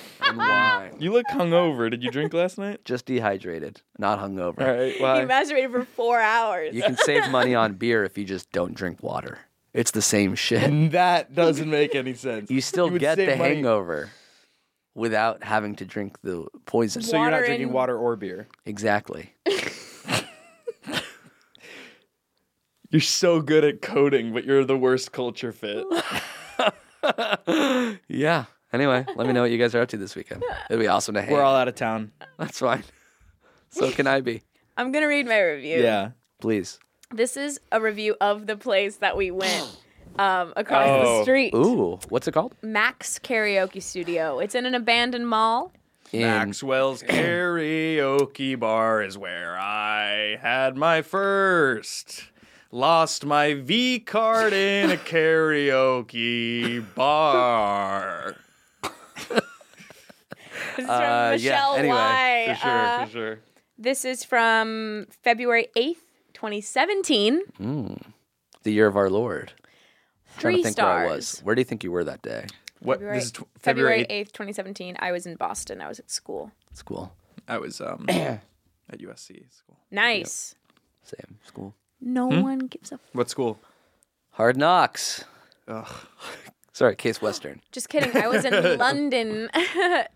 S3: You look hungover. Did you drink last night?
S4: Just dehydrated, not hungover.
S3: All right,
S2: [laughs] You masturbated for four hours.
S4: You
S3: [laughs]
S4: can save money on beer if you just don't drink water. It's the same shit.
S3: And that doesn't make any sense.
S4: You still
S3: would
S4: get
S3: save
S4: the
S3: money.
S4: hangover without having to drink the poison.
S3: So you're not Water drinking and- water or beer.
S4: Exactly.
S3: You're so good at coding, but you're the worst culture fit.
S4: Yeah. Anyway, let me know what you guys are up to this weekend. It'd be awesome to hang.
S3: We're all out of town.
S4: That's fine. So can I be?
S2: I'm gonna read my review.
S4: Please.
S2: This is a review of the place that we went um, across the street.
S4: Ooh, what's it called?
S2: Max Karaoke Studio. It's in an abandoned mall.
S3: [clears throat] Maxwell's karaoke bar is where I had my first. Lost my V card in a karaoke [laughs] bar.
S2: This is from Michelle Y.
S3: For sure,
S2: Uh,
S3: for sure.
S2: This is from February 8th, 2017.
S4: Mm. The year of our Lord. trying
S2: Three
S4: to think where I was. Where do you think you were that day? What?
S2: February, February 8th, 2017. I was in Boston. I was at school.
S4: It's cool.
S3: I was [clears throat] um at USC school.
S2: Nice.
S4: Same school.
S2: No
S4: Hmm?
S2: one gives a. F-
S3: What school?
S4: Hard Knocks. [laughs] Sorry, Case Western.
S2: Just kidding. I was [laughs] in London.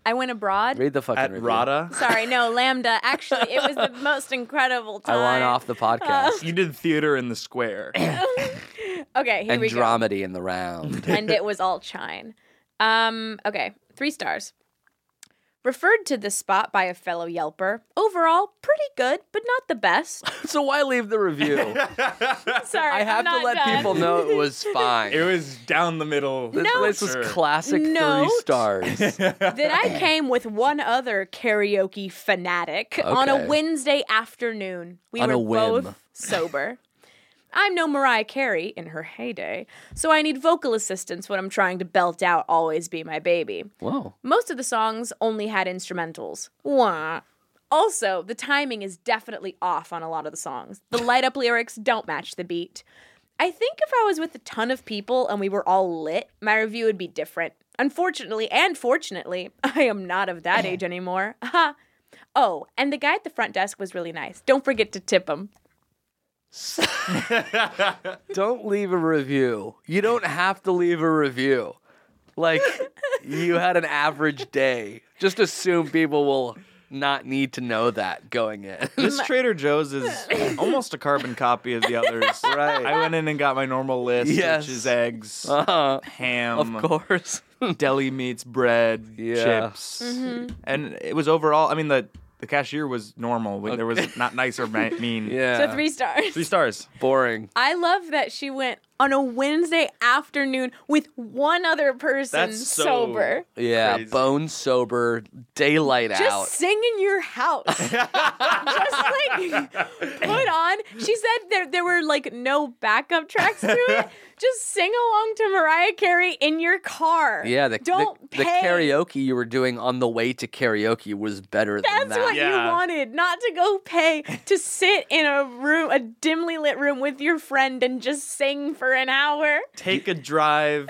S2: I went abroad.
S4: Read the fucking
S3: At
S4: review.
S3: RADA?
S2: Sorry, no, Lambda. Actually, it was the most incredible
S4: I
S2: time.
S4: want off
S3: [laughs]
S4: the podcast.
S3: you did theater in the [clears throat] square.
S2: Okay, here
S4: and
S2: we go.
S4: dramedy in the round.
S2: [laughs] and it was all chine. Um, okay, three stars. Referred to this spot by a fellow Yelper. Overall, pretty good, but not the best. [laughs]
S4: so why leave the [laughs] review?
S2: Sorry,
S4: I have to let people know it was fine.
S3: It was down the middle.
S4: This
S2: No.
S4: place was classic
S2: Note.
S4: 30 stars.
S2: that I came with one other karaoke fanatic on a
S4: Okay.
S2: Wednesday afternoon. We
S4: On
S2: were
S4: a whim.
S2: both sober. I'm no Mariah Carey in her heyday, so I need vocal assistance when I'm trying to belt out Always Be My Baby.
S4: Whoa.
S2: Most of the songs only had instrumentals. Wah. Also, the timing is definitely off on a lot of the songs. The light up lyrics don't match the beat. I think if I was with a ton of people and we were all lit, my review would be different. Unfortunately and fortunately, [laughs] I am not of that age anymore. [laughs] Aha. oh, and the guy at the front desk was really nice. Don't forget to tip him.
S4: don't leave a review. You don't have to leave a review.
S2: [laughs]
S4: Like, you had an average day. Just assume people will not need to know that going in.
S3: [laughs] This Trader Joe's [laughs] is almost a carbon copy of the others. right. I went in and got my normal list,
S4: Yes.
S3: which is eggs,
S4: [laughs] Uh-huh.
S3: ham,
S4: Of course, [laughs]
S3: deli meats, bread,
S4: Yeah.
S3: chips,
S4: Mhm.
S3: and it was overall. I mean, the the cashier was normal. There was not nice or [laughs] ma- mean.
S4: Yeah.
S2: So
S3: [laughs]
S2: three stars.
S3: Three stars.
S4: Boring.
S2: I love that she went on a Wednesday afternoon with one other person sober.
S4: Yeah, bone sober, daylight
S2: Just
S4: out.
S2: sing in your
S4: [laughs]
S2: house. Just like put on. She said there there were like no backup tracks to it.
S4: [laughs]
S2: Just sing along to Mariah Carey in your car.
S4: Yeah, the, the-
S2: don't
S4: the,
S2: pay.
S4: karaoke you were doing on the way to karaoke was better
S2: That's
S4: than that.
S2: what you wanted, not to go pay to sit in a room, a dimly lit room with your friend and just sing for an hour.
S3: Take a drive.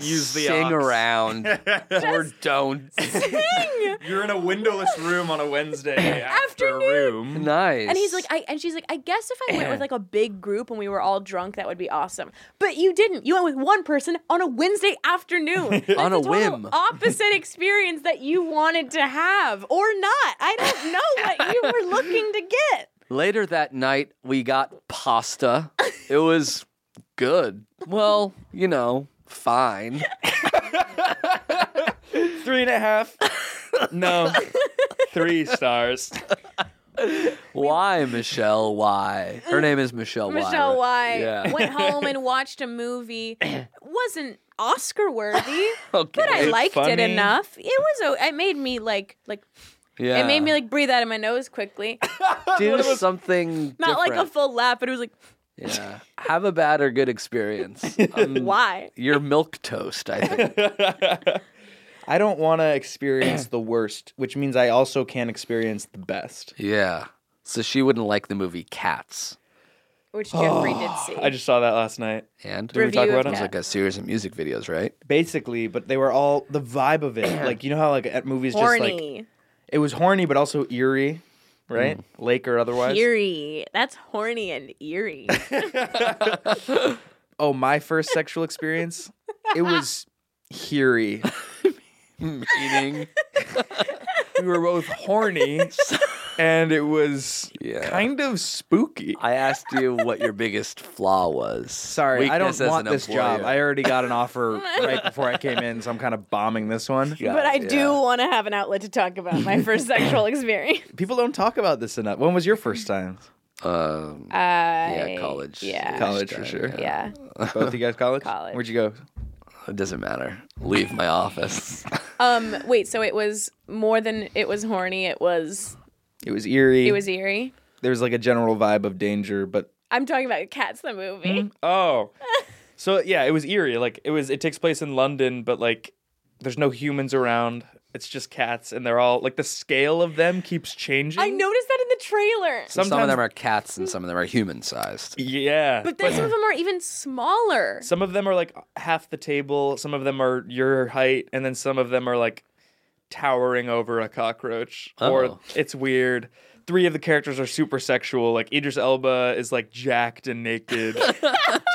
S3: Use the
S4: Sing
S3: aux. [laughs]
S4: around or don't.
S2: [laughs]
S3: You're in a windowless room on a [laughs] Wednesday after room.
S4: Nice.
S2: And he's like, I and she's like, I guess if I went
S4: Eh.
S2: with like a big group and we were all drunk, that would be awesome. But you didn't. You went with one person on a Wednesday afternoon.
S4: [laughs]
S2: Like,
S4: On a
S2: the total
S4: whim. [laughs]
S2: Opposite experience that you wanted to have or not. I don't know what you were looking to get.
S4: Later that night, we got pasta. It was good. Well, you know, fine.
S2: [laughs]
S3: Three and a half. [laughs] No. Three stars.
S4: Why, Michelle? Why? Her name is Michelle. Why,
S2: Michelle
S4: right?
S2: Y
S4: Yeah.
S2: went home
S4: [laughs]
S2: and watched a
S4: [clears throat]
S2: movie. wasn't Oscar worthy,
S4: [laughs] Okay.
S2: but I
S4: Is it
S2: liked it
S4: funny?
S2: enough. It was. o- It made me like like.
S4: Yeah.
S2: It made me like breathe out of my nose
S4: [coughs]
S2: quickly.
S4: do something.
S2: [laughs] Not like a
S4: different.
S2: full lap, but it was like,
S4: Yeah. Have a bad or
S2: [laughs]
S4: good experience. Um,
S2: why?
S4: Your milk toast,
S2: [laughs]
S4: I think.
S3: I don't want to experience the worst, which means I also can't experience the best.
S4: yeah. So she wouldn't like the movie Cats.
S2: which Jeffrey did see.
S3: I just saw that last night.
S4: And
S3: did we talk
S2: Review of
S3: about it?
S2: Cat.
S4: like a series of music
S2: [laughs]
S4: videos, right?
S3: Basically, but they were all the vibe of
S2: [clears throat]
S3: it. like you know how like at movies just like
S2: horny,
S3: it was horny but also eerie,
S4: Mm.
S3: right? Lake or otherwise.
S2: eerie. That's horny and
S3: [laughs]
S2: eerie.
S3: Uh, Oh, my first sexual experience. it was eerie.
S4: Meaning
S3: we were both horny and it was kind of spooky.
S4: I asked you what your biggest flaw was.
S3: Sorry, I don't
S4: Weakness as
S3: want
S4: an
S3: this job.
S4: employer.
S3: I already got an
S2: [laughs]
S3: offer right before I came in, so I'm kind of bombing this one.
S2: but I do want to have an outlet to talk about my
S3: [laughs]
S2: first sexual experience.
S3: People don't talk about this enough. When was your
S2: [laughs]
S3: first time?
S4: Um,
S2: I-
S4: college.
S2: Yeah.
S3: college for sure.
S2: Uh, Yeah.
S3: Both you guys college?
S2: College.
S3: Where'd you go?
S4: It doesn't matter. Leave my office.
S2: Um. Wait. So it was more than it was horny. It was.
S3: It was eerie.
S2: It was e- eerie.
S3: There was like a general vibe of danger, but
S2: I'm talking about Cats the movie. [laughs]
S3: oh. so yeah, it was eerie. Like it was it takes place in London, but like there's no humans around. It's just cats and they're all like the scale of them keeps changing.
S2: I noticed that in the trailer.
S4: some of them are cats and some of them are human sized.
S3: Yeah.
S2: But then some of them are even smaller.
S3: Some of them are like half the table, some of them are your height, and then some of them are like towering over a cockroach. Or
S4: Oh.
S3: it's weird. Three of the characters are super sexual. Like Idris Elba is like jacked and naked.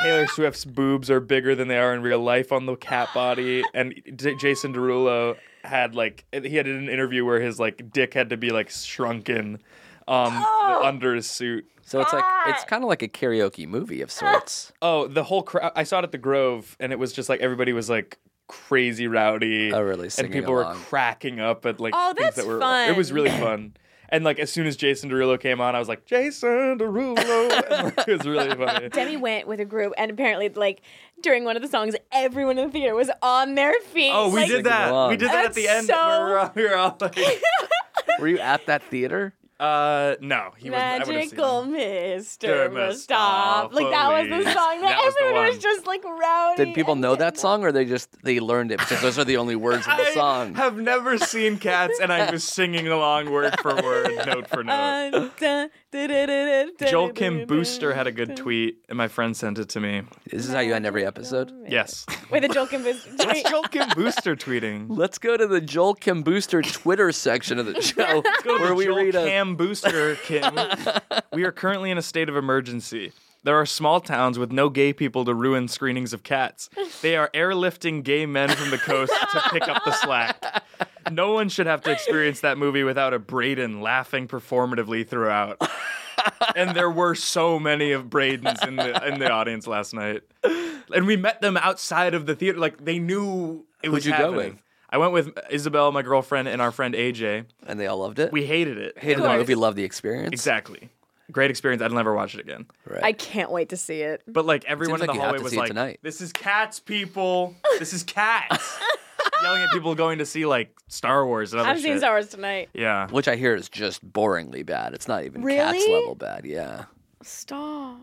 S3: Taylor Swift's boobs are bigger than they are in real life on the cat body. And J- Jason Derulo had like he had an interview where his like dick had to be like shrunken um under his suit.
S4: So it's like it's kind of like a karaoke movie of sorts.
S3: Oh, the whole crowd. I saw it at the Grove, and it was just like everybody was like crazy rowdy. Oh, really? And
S4: Singing
S3: people
S4: along.
S3: were cracking up at like
S2: Oh,
S3: things
S2: that's
S3: that were. It was
S2: fun.
S3: really fun. And like as soon as Jason Derulo came on, I was like Jason Derulo. [laughs] it was really funny.
S2: Demi went with a group, and apparently, like during one of the songs, everyone in the theater was on their feet.
S3: Oh, we
S2: like-
S3: did that. We did that at
S2: That's
S3: the end.
S2: so-
S3: We, were all, we [laughs] were all like,
S2: [laughs]
S4: were you at that theater?
S3: Uh, no. He wasn't- I would've seen
S2: Magical
S3: Mr.
S2: Mr. Mustafa. Like that was the
S3: Mustafali.
S2: song that,
S4: That was the
S2: everyone was
S4: one.
S2: just like rowdy.
S4: Did people know that song, or they just they learned it because those are the only words in the
S3: [laughs] I
S4: song?
S3: have never seen Cats, and I was singing along word for word, note for note.
S2: [laughs]
S3: Joel Kim Booster had a good tweet, and my friend sent it to me.
S4: This is how you end every episode.
S3: Yes,
S2: With a Joel Kim Booster.
S3: that's Joel Kim Booster tweeting.
S4: Let's go to the Joel Kim Booster Twitter section of the show, [laughs] where we
S3: Joel
S4: read a
S3: Cam Booster Kim.
S4: [laughs]
S3: we are currently in a state of emergency. There are small towns with no gay people to ruin screenings of cats. They are airlifting gay men from the coast to pick up the slack. No one should have to experience that movie without a Braden laughing performatively throughout. And there were so many of Braden's in the in the audience last night. And we met them outside of the theater. Like they knew it
S4: Who'd
S3: was
S4: you go
S3: happening.
S4: with?
S3: I went with Isabel, my girlfriend, and our friend AJ.
S4: and they all loved it.
S3: We hated it.
S4: hated the movie, loved the experience.
S3: Exactly. Great experience. I'd never watch it again.
S4: Right.
S2: I can't wait to see it.
S3: But like everyone
S4: Seems
S3: in
S4: like
S3: the
S4: you have
S3: hallway
S4: to
S3: was
S4: see it
S3: like,
S4: tonight.
S3: "This is cats, people. This is
S2: [laughs]
S3: cats." Yelling at people going to see like Star Wars and other
S2: I'm
S3: shit.
S2: seeing Star Wars tonight.
S3: Yeah.
S4: Which I hear is just boringly bad. It's not even cats
S2: Really?
S4: level bad. Yeah.
S2: Stop.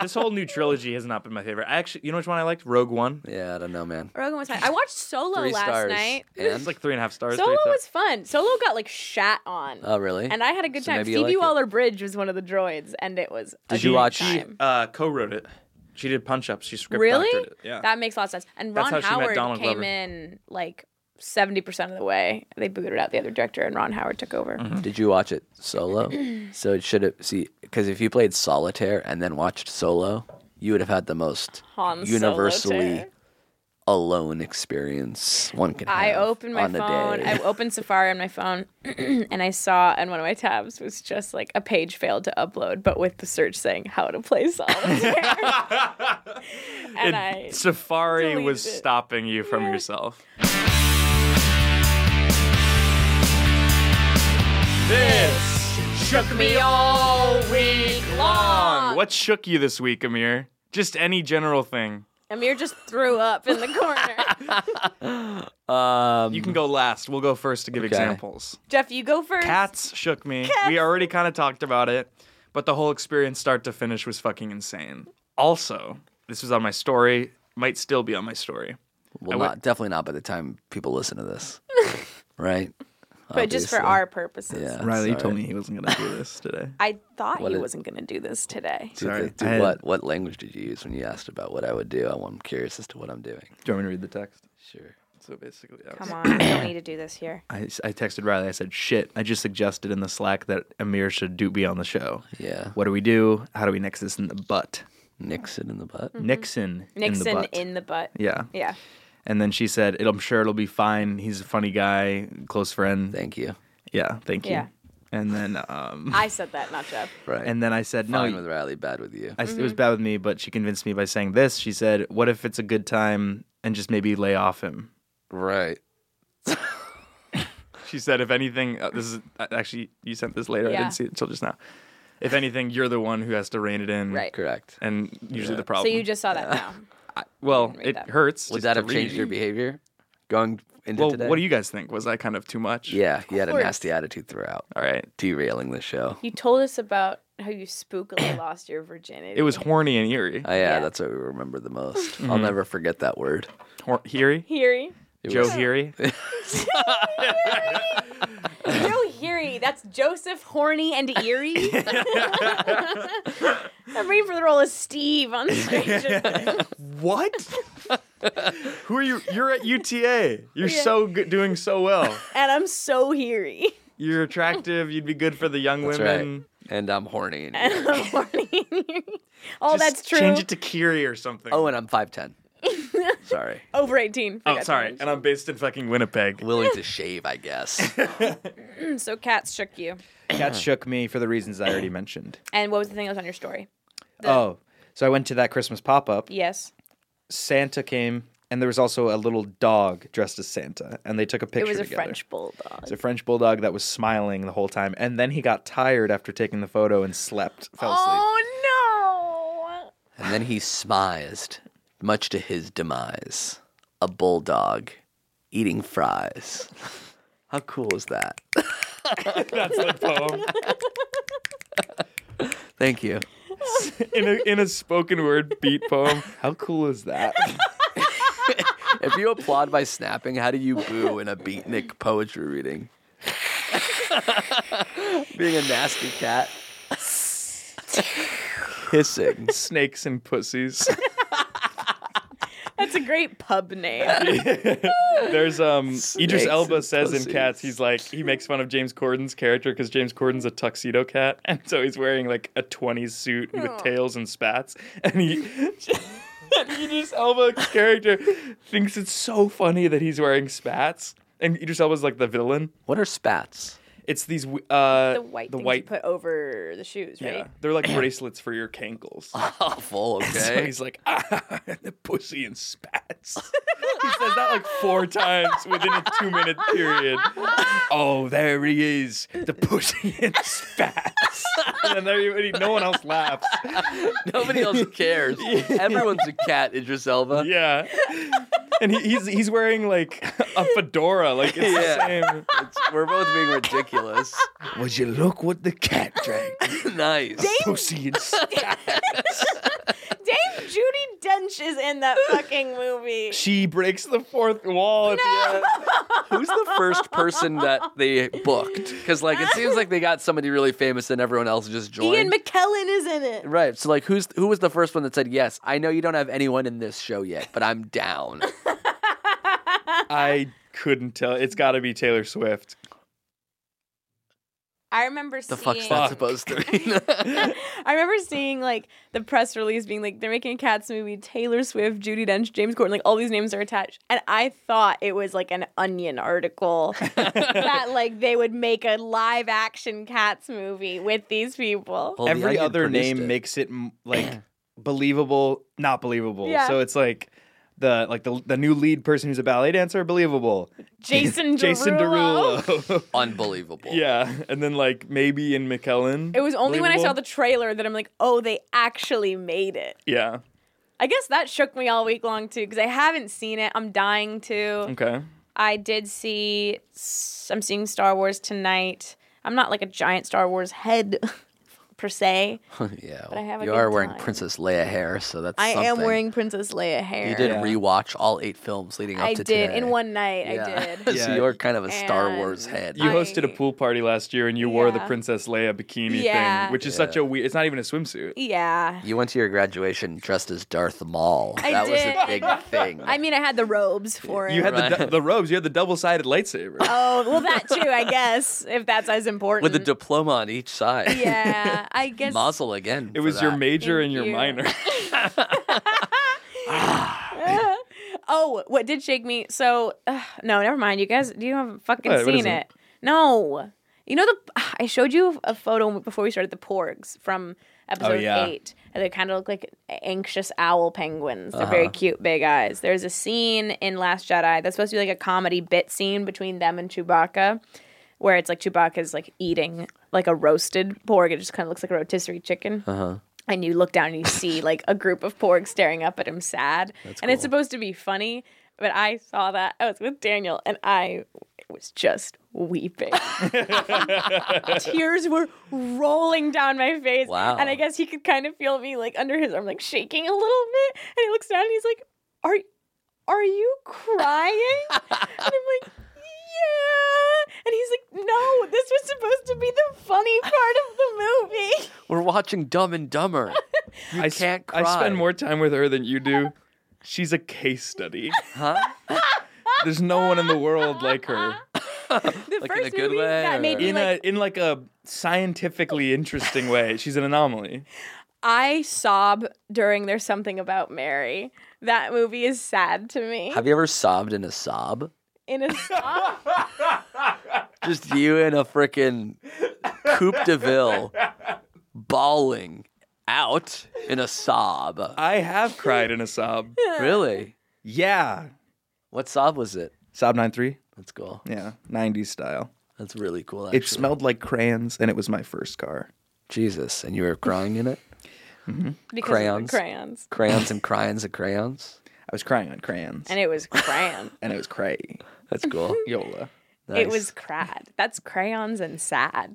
S3: this whole new trilogy has not been my favorite. I actually, you know which one I liked? Rogue One.
S4: Yeah, I don't know, man.
S2: Rogan was fine. I watched Solo
S4: Three
S2: last
S4: stars.
S2: night.
S4: And?
S3: It's like three and a half stars.
S2: Solo
S3: three stars.
S2: was fun. Solo got like shat on.
S4: Oh, really?
S2: And I had a good
S4: So
S2: time.
S4: maybe you
S2: Phoebe
S4: like it.
S2: Waller Bridge was one of the droids, and it was. a
S4: Did you
S2: good
S4: watch-
S3: She
S2: time.
S3: uh, co-wrote it. She did punch ups. She script
S2: Really?
S3: doctored it. Yeah.
S2: That makes a lot of sense. And
S3: That's
S2: Ron
S3: how she met
S2: Howard
S3: Donald
S2: came
S3: Glover.
S2: in like 70% of the way. They booted out the other director, and Ron Howard took over.
S3: Mm-hmm.
S4: Did you watch it
S2: [clears throat]
S4: solo? so it should have see because if you played solitaire and then watched solo, you would have had the most
S2: Han
S4: universally
S2: Solitaire.
S4: alone experience one can have.
S2: I opened my
S4: on a
S2: phone.
S4: day. [laughs]
S2: I
S3: [laughs]
S2: opened Safari on my phone, [clears throat] and I saw, and one of my tabs was just like a page failed to upload, but with the search saying how to play
S3: [laughs]
S2: solitaire. [laughs] and I
S3: Safari was
S2: deleted it.
S3: stopping you from yourself. This shook me all week long. What shook you this week, Amir? Just any general thing.
S2: Amir just threw up in the
S3: [laughs]
S2: corner.
S4: Um,
S3: You can go last. We'll go first to give examples.
S2: Jeff, you go first.
S3: Cats shook me. We already kind of talked about it, but the whole experience, start to finish, was fucking insane. Also, this was on my story. Might still be on my story.
S2: [laughs]
S4: well, not definitely not by the time people listen to this, right?
S2: but just for
S3: obviously.
S2: our purposes.
S3: Riley told me he wasn't gonna do this today.
S2: I thought
S4: What
S2: he
S4: is-
S2: wasn't going to do
S3: [clears throat]
S2: this today.
S4: Do,
S3: Sorry,
S4: the- do
S3: I had-
S4: what? What language did you use when you asked about what I would do? I'm, I'm curious as to what I'm doing.
S3: Do you want me to read the text?
S4: Sure.
S3: So basically, I was-
S2: Come on, we don't need to do this here.
S3: I, s- I texted Riley. I said, "Shit! I just suggested in the Slack that Amir should do be on the show.
S4: Yeah.
S3: What do we do? How do we nix this in the butt?
S4: Nixon in the butt.
S3: Mm-hmm. Nixon.
S2: Nixon
S3: in the butt.
S2: butt.
S3: Yeah.
S2: Yeah.
S3: And then she said, "It'll- "I'm sure it'll be fine. He's a funny guy, close friend.
S4: Thank you.
S3: Yeah, thank you.
S2: Yeah.
S3: And then, um,
S2: I said that, not Jeff.
S4: Right.
S3: And then I said, "No,
S4: Fine with Riley, bad with you."
S3: I s- It was
S2: Mhm.
S3: bad with me, but she convinced me by saying this. She said, "What if it's a good time and just maybe lay off him?"
S4: Right.
S3: she said, "If anything, uh, this is uh, actually you sent this later. I
S2: Yeah.
S3: didn't see it until just now. If anything, you're the one who has to rein it in.
S2: Right.
S4: Correct.
S3: And usually the
S4: Yeah.
S2: So
S3: problem.
S2: you just saw that now.
S3: well, it hurts.
S4: Would
S3: just
S4: that
S3: to
S4: have changed
S3: read.
S4: your behavior going into
S3: Well,
S4: today?
S3: what do you guys think? Was that kind of too much?
S4: Yeah, he had a
S2: course.
S4: nasty attitude throughout.
S3: All right,
S4: derailing the show.
S2: You told us about how you spookily
S3: [coughs]
S2: lost your virginity.
S3: It was horny and eerie.
S4: Oh, yeah, that's what we remember the
S3: [laughs]
S4: most. I'll
S3: Mhm.
S4: never forget that word.
S3: Hor- Heary? [laughs]
S2: Heary.
S4: It
S3: Joe
S2: [laughs]
S4: was-
S3: Heary?
S2: Joe Heary. That's Joseph Horny and
S3: [laughs]
S2: Eerie. I'm reading for the role of
S3: [laughs]
S2: Steve on Stranger Things.
S3: what? [laughs] Who are you? You're at UTA. You're
S2: Yeah.
S3: so good, doing so well.
S2: And I'm so Heary. [laughs]
S3: You're attractive. You'd be good for the young
S4: That's right.
S3: women.
S4: And I'm horny.
S2: [laughs]
S4: And
S2: And I'm horny and eerie. Oh,
S3: Just
S2: that's true.
S3: Change it to Kiri or something.
S4: Oh, and I'm 5'10. Sorry.
S2: Over 18.
S3: Oh,
S2: forgot to
S3: sorry. And I'm based in fucking Winnipeg.
S4: Willing to shave, I guess.
S2: mention. so cats shook you.
S3: Cat shook me for the reasons I already
S2: [clears throat]
S3: mentioned.
S2: And what was the thing that was on your story?
S3: Oh, so I went to that Christmas pop up.
S2: Yes.
S3: Santa came, and there was also a little dog dressed as Santa, and they took a picture.
S2: it was a
S3: together.
S2: French bulldog.
S3: It's a French bulldog that was smiling the whole time, and then he got tired after taking the photo and slept, fell asleep.
S2: Oh
S4: and then he smized, much to his demise. A bulldog eating fries. How cool is that?
S3: [laughs] That's the poem.
S4: Thank you.
S3: in a in a spoken word beat poem. How cool is
S2: [laughs]
S3: that?
S4: If you applaud by snapping, how do you boo in a beatnik poetry reading? [laughs] Being a nasty cat. Kissing.
S3: Snakes and pussies.
S2: no! That's a great
S3: [laughs]
S2: pub name.
S3: There's um
S4: Snakes
S3: Idris Elba
S4: and
S3: says
S4: pussies.
S3: in Cats he's like he makes fun of James Corden's character because James Corden's a tuxedo cat [laughs] and so he's wearing like a 20s suit with
S2: Aw.
S3: tails and spats and
S2: [laughs]
S3: he and Idris Elba's character thinks it's so funny that he's wearing spats and Idris Elba's like the villain.
S4: What
S3: [laughs]
S4: are spats?
S3: It's these w- uh
S2: the white
S3: the
S2: things
S3: white
S2: you put over the shoes, right?
S3: yeah [laughs] they're
S4: [coughs]
S3: like bracelets for your cankles.
S4: Awful,
S3: [laughs] So
S4: okay.
S3: he's like, ah, [laughs] the pussy and spats. [laughs] he says that like four times within a two minute period. oh, there he is, the pussy [laughs] and spats. and then everybody, no one else laughs. [laughs]
S4: Nobody else cares. Everyone's a cat, Idris Elba.
S3: Yeah. And he, he's he's wearing like a fedora, like it's
S4: Yeah.
S3: the same.
S4: It's- we're both being ridiculous.
S3: Would you look what the cat drank?
S4: [laughs] nice.
S3: pussy and spats.
S2: Dame Judy Dench is in that fucking movie.
S3: She breaks the fourth wall at the end.
S4: Who's the first person that they booked? Because like it seems like they got somebody really famous and everyone else just joined.
S2: Ian McKellen is in it.
S4: Right. So like who's who was the first one that said, Yes, I know you don't have anyone in this show yet, but I'm
S2: [laughs]
S4: down.
S3: I couldn't tell. It's got to be Taylor Swift.
S2: I remember
S4: the
S2: seeing.
S4: fuck's that supposed to
S2: [laughs]
S4: mean?
S2: I remember seeing like the press release being like they're making a cats movie. Taylor Swift, Judy Dench, James Corden, like all these names are attached, and I thought it was like an
S3: [laughs]
S2: Onion article that like they would make a live action cats movie with these people.
S4: Well, The
S3: Every
S4: Onion
S3: other
S4: produced
S3: name
S4: it.
S3: makes it
S2: [clears throat]
S3: m- like believable, not believable.
S2: Yeah.
S3: So it's like the like the the new lead person who's a ballet dancer, believable.
S2: Jason
S3: Jason
S2: Derulo. [laughs]
S3: Derulo. [laughs]
S4: Unbelievable.
S3: yeah, and then like maybe in McKellen.
S2: It was only when I saw
S3: believable.
S2: the trailer that I'm like, oh, they actually made it.
S3: Yeah.
S2: I guess that shook me all week long too because I haven't seen it. I'm dying to.
S3: Okay.
S2: I did see. s- I'm seeing Star Wars tonight. I'm not like a giant Star Wars head [laughs] per se.
S4: yeah.
S2: But I have a
S4: you
S2: good
S4: are wearing
S2: time.
S4: Princess Leia hair, so that's
S2: I am
S4: something.
S2: wearing Princess Leia hair.
S4: You did rewatch all eight films leading up
S2: I
S4: to
S2: did
S4: today.
S2: in one night. I did.
S4: [laughs] so you're kind of a Star Wars head.
S3: You hosted a pool party last year and you wore the Princess Leia bikini
S2: Yeah.
S3: thing, which is such a weird. It's not even a swimsuit.
S2: Yeah.
S4: You went to your graduation dressed as Darth Maul.
S2: I
S4: that
S2: did.
S4: was
S2: [laughs]
S4: a big thing.
S2: I mean, I had the robes for it.
S3: You had the, du- the robes. You had the double sided lightsaber.
S2: Oh, well, that too, I guess, if that's as important.
S4: With a diploma on each side.
S2: mm.
S4: [laughs]
S2: yeah, I guess.
S4: Mazel again.
S3: It was your major and your
S2: you.
S3: minor.
S2: oh, what did shake me? So, [sighs] uh, no, never mind. You guys, you haven't fucking
S8: What? What is
S2: seen
S8: it?
S2: it. No. You know, the [sighs] I showed you a photo before we started the porgs from episode
S8: Oh, yeah.
S2: eight. And they kind of look like anxious owl penguins. They're very
S8: Uh-huh.
S2: cute, big eyes. There's a scene in Last Jedi that's supposed to be like a comedy bit scene between them and Chewbacca where it's like Chewbacca's like eating like a roasted porg. It just kind of looks like a rotisserie chicken
S4: Uh huh.
S2: and you look down and you see like a group of porgs staring up at him sad
S4: That's
S2: and it's supposed to be funny but i saw that i was with daniel and i was just weeping tears were rolling down my face
S8: Wow.
S2: and i guess he could kind of feel me like under his arm like shaking a little bit and he looks down and he's like are are you crying and i'm like yeah and he's like no this was supposed to be the funny part of the movie
S4: We're watching Dumb and
S2: [laughs]
S4: Dumber. You
S3: I
S4: can't
S3: sp- I
S4: cry.
S3: spend more time with her than you do. She's a case study.
S4: Huh?
S3: [laughs] There's no one in the world like her.
S2: [laughs] like in a
S4: good movie way,
S2: that made me
S3: in
S2: like-
S3: a in like a scientifically interesting way. She's an anomaly.
S2: I sob during There's Something About Mary. That movie is sad to me.
S4: Have you ever sobbed in a sob?
S2: In a sob.
S4: Just you and a freaking Coupe de Ville bawling out in a sob.
S2: [laughs]
S3: I have cried in a sob.
S4: Really?
S3: Yeah.
S4: What sob was it?
S3: Sob 93.
S4: That's cool.
S3: Yeah, 90s style.
S4: That's really cool.
S3: It smelled like crayons and it was my first car.
S4: Jesus, and you were crying in it?
S3: Mhm.
S2: Because of the
S4: crayons.
S2: crayons.
S4: Crayons and crayons and crayons.
S3: I was crying on crayons.
S2: and it was crayon.
S3: And it was cray.
S4: That's [laughs] cool.
S3: Yola.
S2: It was crad. That's crayons and [laughs] sad.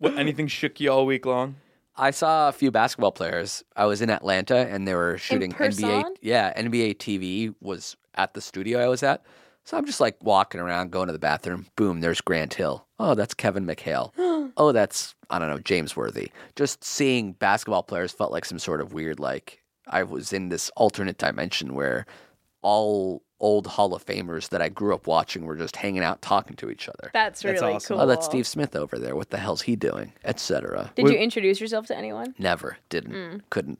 S3: What, anything shook you all week long?
S4: I saw a few basketball players. I was in Atlanta and they were shooting NBA.
S2: person?
S4: Yeah, NBA TV was at the studio I was at. So I'm just like walking around, going to the bathroom. Boom, there's Grant Hill. Oh, that's
S2: [gasps]
S4: Kevin McHale. oh, that's I don't know, James Worthy. Just seeing basketball players felt like some sort of weird like I was in this alternate dimension where all old Hall of Famers that I grew up watching were just hanging out talking to each other.
S2: That's That's really awesome.
S4: Oh, that's
S2: cool.
S4: Steve Smith over there. What the hell's he doing? Etc.
S2: Did you introduce yourself to anyone?
S4: Never. Didn't.
S2: Mm.
S4: Couldn't.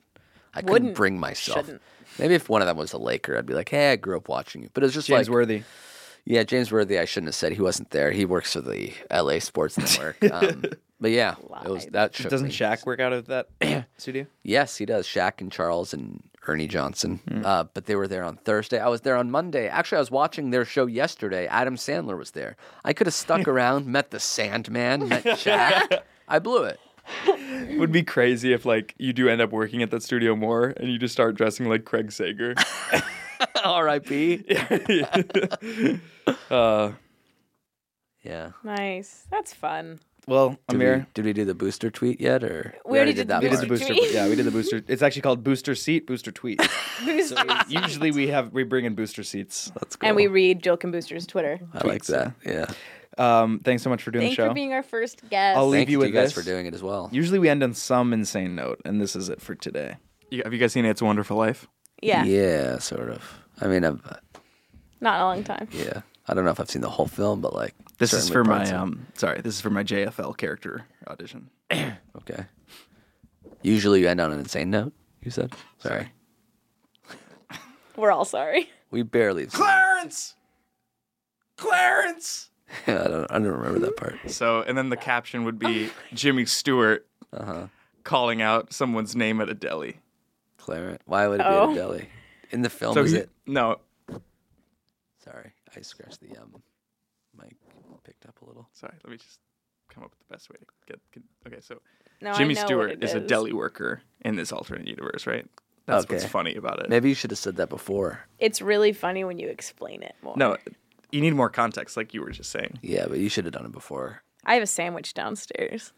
S4: I
S2: Wouldn't.
S4: couldn't bring myself.
S2: Shouldn't.
S4: Maybe if one of them was a Laker, I'd be like, hey, I grew up watching you. But it was just
S3: James
S4: like.
S3: Worthy.
S4: Yeah, James Worthy, I shouldn't have said he wasn't there. He works for the LA
S3: [laughs]
S4: Sports Network. Um, but yeah, it was that shook
S3: Doesn't
S4: me.
S3: Shaq work out of that [clears throat] studio?
S4: Yes, he does. Shaq and Charles and Ernie Johnson.
S3: Mm.
S4: Uh, but they were there on Thursday. I was there on Monday. Actually, I was watching their show yesterday. Adam Sandler was there. I could have stuck
S3: [laughs]
S4: around, met the Sandman, met Shaq. I blew it.
S3: It would be crazy if like you do end up working at that studio more and you just start dressing like Craig
S2: [laughs]
S3: Sager. [laughs]
S4: R.I.P.
S3: uh,
S4: yeah.
S2: Nice. That's [laughs] fun.
S3: Well,
S4: Did
S3: Amir.
S4: We, did we do the booster tweet yet, or
S2: We already did the
S3: we did the
S4: part.
S3: booster. yeah, we did the booster. It's actually called booster seat, booster
S2: [laughs]
S3: tweet.
S2: Booster
S3: Usually we have we bring in booster seats.
S4: That's
S2: And we read Jill Booster's Twitter.
S4: I like that. Yeah.
S3: Um, thanks so much for doing
S2: Thanks
S3: the show.
S2: for being our first guest.
S3: I'll leave you with this.
S4: it as well.
S3: Usually we end on some insane note, and this is it for today. You, have you guys seen It's a Wonderful Life?
S2: Yeah.
S4: Yeah, sort of. I mean, I've,
S2: Not in a long time.
S4: yeah. I don't know if I've seen the whole film, but like
S3: This is for
S4: certainly
S3: my
S4: parts of it.
S3: um. Sorry, this is for my JFL character audition.
S4: Okay. Usually you end on an insane note. You said sorry.
S2: We're all sorry.
S4: We barely.
S3: Clarence. Clarence.
S4: Yeah, [laughs] I don't. I don't remember that part.
S3: So, and then the caption would
S2: Oh. [laughs]
S3: be Jimmy Stewart
S4: Uh-huh.
S3: calling out someone's name at a deli.
S4: Clarence. Why would it be
S3: Oh.
S4: a deli? In the film,
S3: So
S4: Oh, is
S3: he-
S4: it?
S3: No.
S4: Sorry, I scratched the um, mic. Picked up a little.
S3: Sorry, let me just come up with the best way to get. get okay, so
S2: [laughs] No, I
S3: Jimmy
S2: know what
S3: Stewart
S2: it
S3: is a
S2: is.
S3: deli worker in this alternate universe, right? That's what's
S4: Okay.
S3: funny about it.
S4: Maybe you should have said that before.
S2: It's really funny when you explain it more.
S3: No, you need more context, like you were just saying.
S4: Yeah, but you should have done it before.
S2: I have a sandwich downstairs.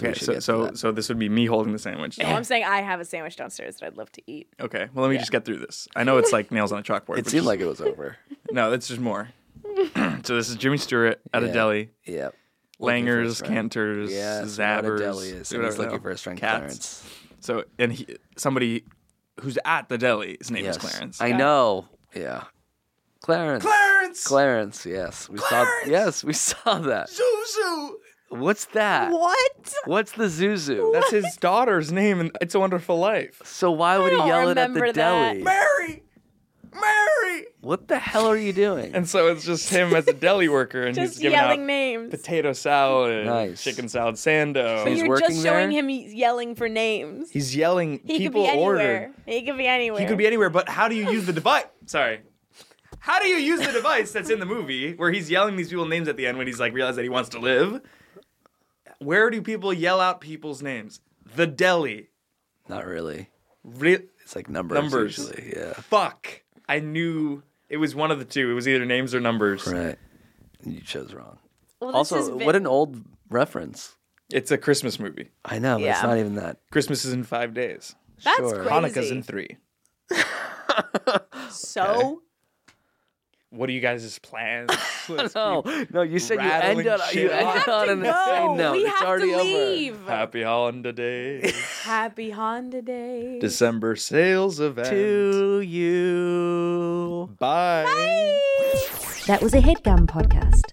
S9: we
S3: okay,
S9: should
S3: so
S9: get to
S3: so,
S9: that.
S3: so this would be me holding the sandwich.
S2: No, I'm saying I have a sandwich downstairs that I'd love to eat.
S3: Okay, well let me just get through this. I know it's like nails on a chalkboard.
S4: It seemed like it was over. [laughs]
S3: No, that's just
S2: [laughs]
S3: more. [clears throat] so this is Jimmy Stewart at
S4: Yeah,
S3: a deli.
S4: Yep. Looking for his
S3: Langers,
S4: friend.
S3: Cantors,
S4: Yes, what a
S3: Zabbers.
S4: deli is, and he's
S3: whatever the
S4: looking
S3: hell.
S4: for his friend
S3: Cats.
S4: Clarence.
S3: So and he, somebody who's at the deli, his name
S4: yes.
S3: is Clarence.
S4: I know. Yeah. Clarence.
S3: Clarence!
S4: Clarence. Yes, we saw. Yes, we saw that.
S3: Zuzu.
S4: What's that?
S3: What?
S4: What's the Zuzu?
S3: That's his daughter's name, and it's a Wonderful Life.
S4: So why would he yell it at the deli?
S3: Mary, Mary.
S4: What the hell are you doing?
S3: And so it's just him as a deli worker,
S4: [laughs]
S3: and
S2: Just
S3: he's giving out
S2: yelling names.
S3: potato salad, chicken salad sando.
S2: But you're just showing him yelling for names.
S3: He's yelling.
S2: He
S3: people
S2: could be
S3: order.
S2: anywhere. He could be anywhere.
S3: He could be anywhere, but how do you use the device? Sorry. How do you use the device that's in the movie where he's yelling these people names at the end when he's like realized that he wants to live? Where do people yell out people's names? The deli.
S4: Not really.
S3: Re-
S4: it's like numbers.
S3: Numbers.
S4: Usually. Yeah.
S3: Fuck. I knew it was one of the two. It was either names or numbers.
S4: Right. You chose wrong.
S2: Well, this has
S4: also,
S2: been-
S4: what an old reference.
S3: It's a Christmas movie.
S4: I know, but it's
S3: Yeah.
S4: not even that.
S3: Christmas is in five days.
S2: That's Sure.
S3: Hanukkah's
S2: crazy.
S3: in three.
S2: so
S3: What are you guys' plans?
S4: no, Oh, no, you said you
S3: Rattling
S4: end on you
S3: shit
S4: end
S3: off.
S4: on an insane note. it's already
S2: leave.
S3: Happy holiday day.
S2: Happy Honda Day.
S3: December sales event.
S4: To you.
S3: Bye.
S10: That was a headgum podcast.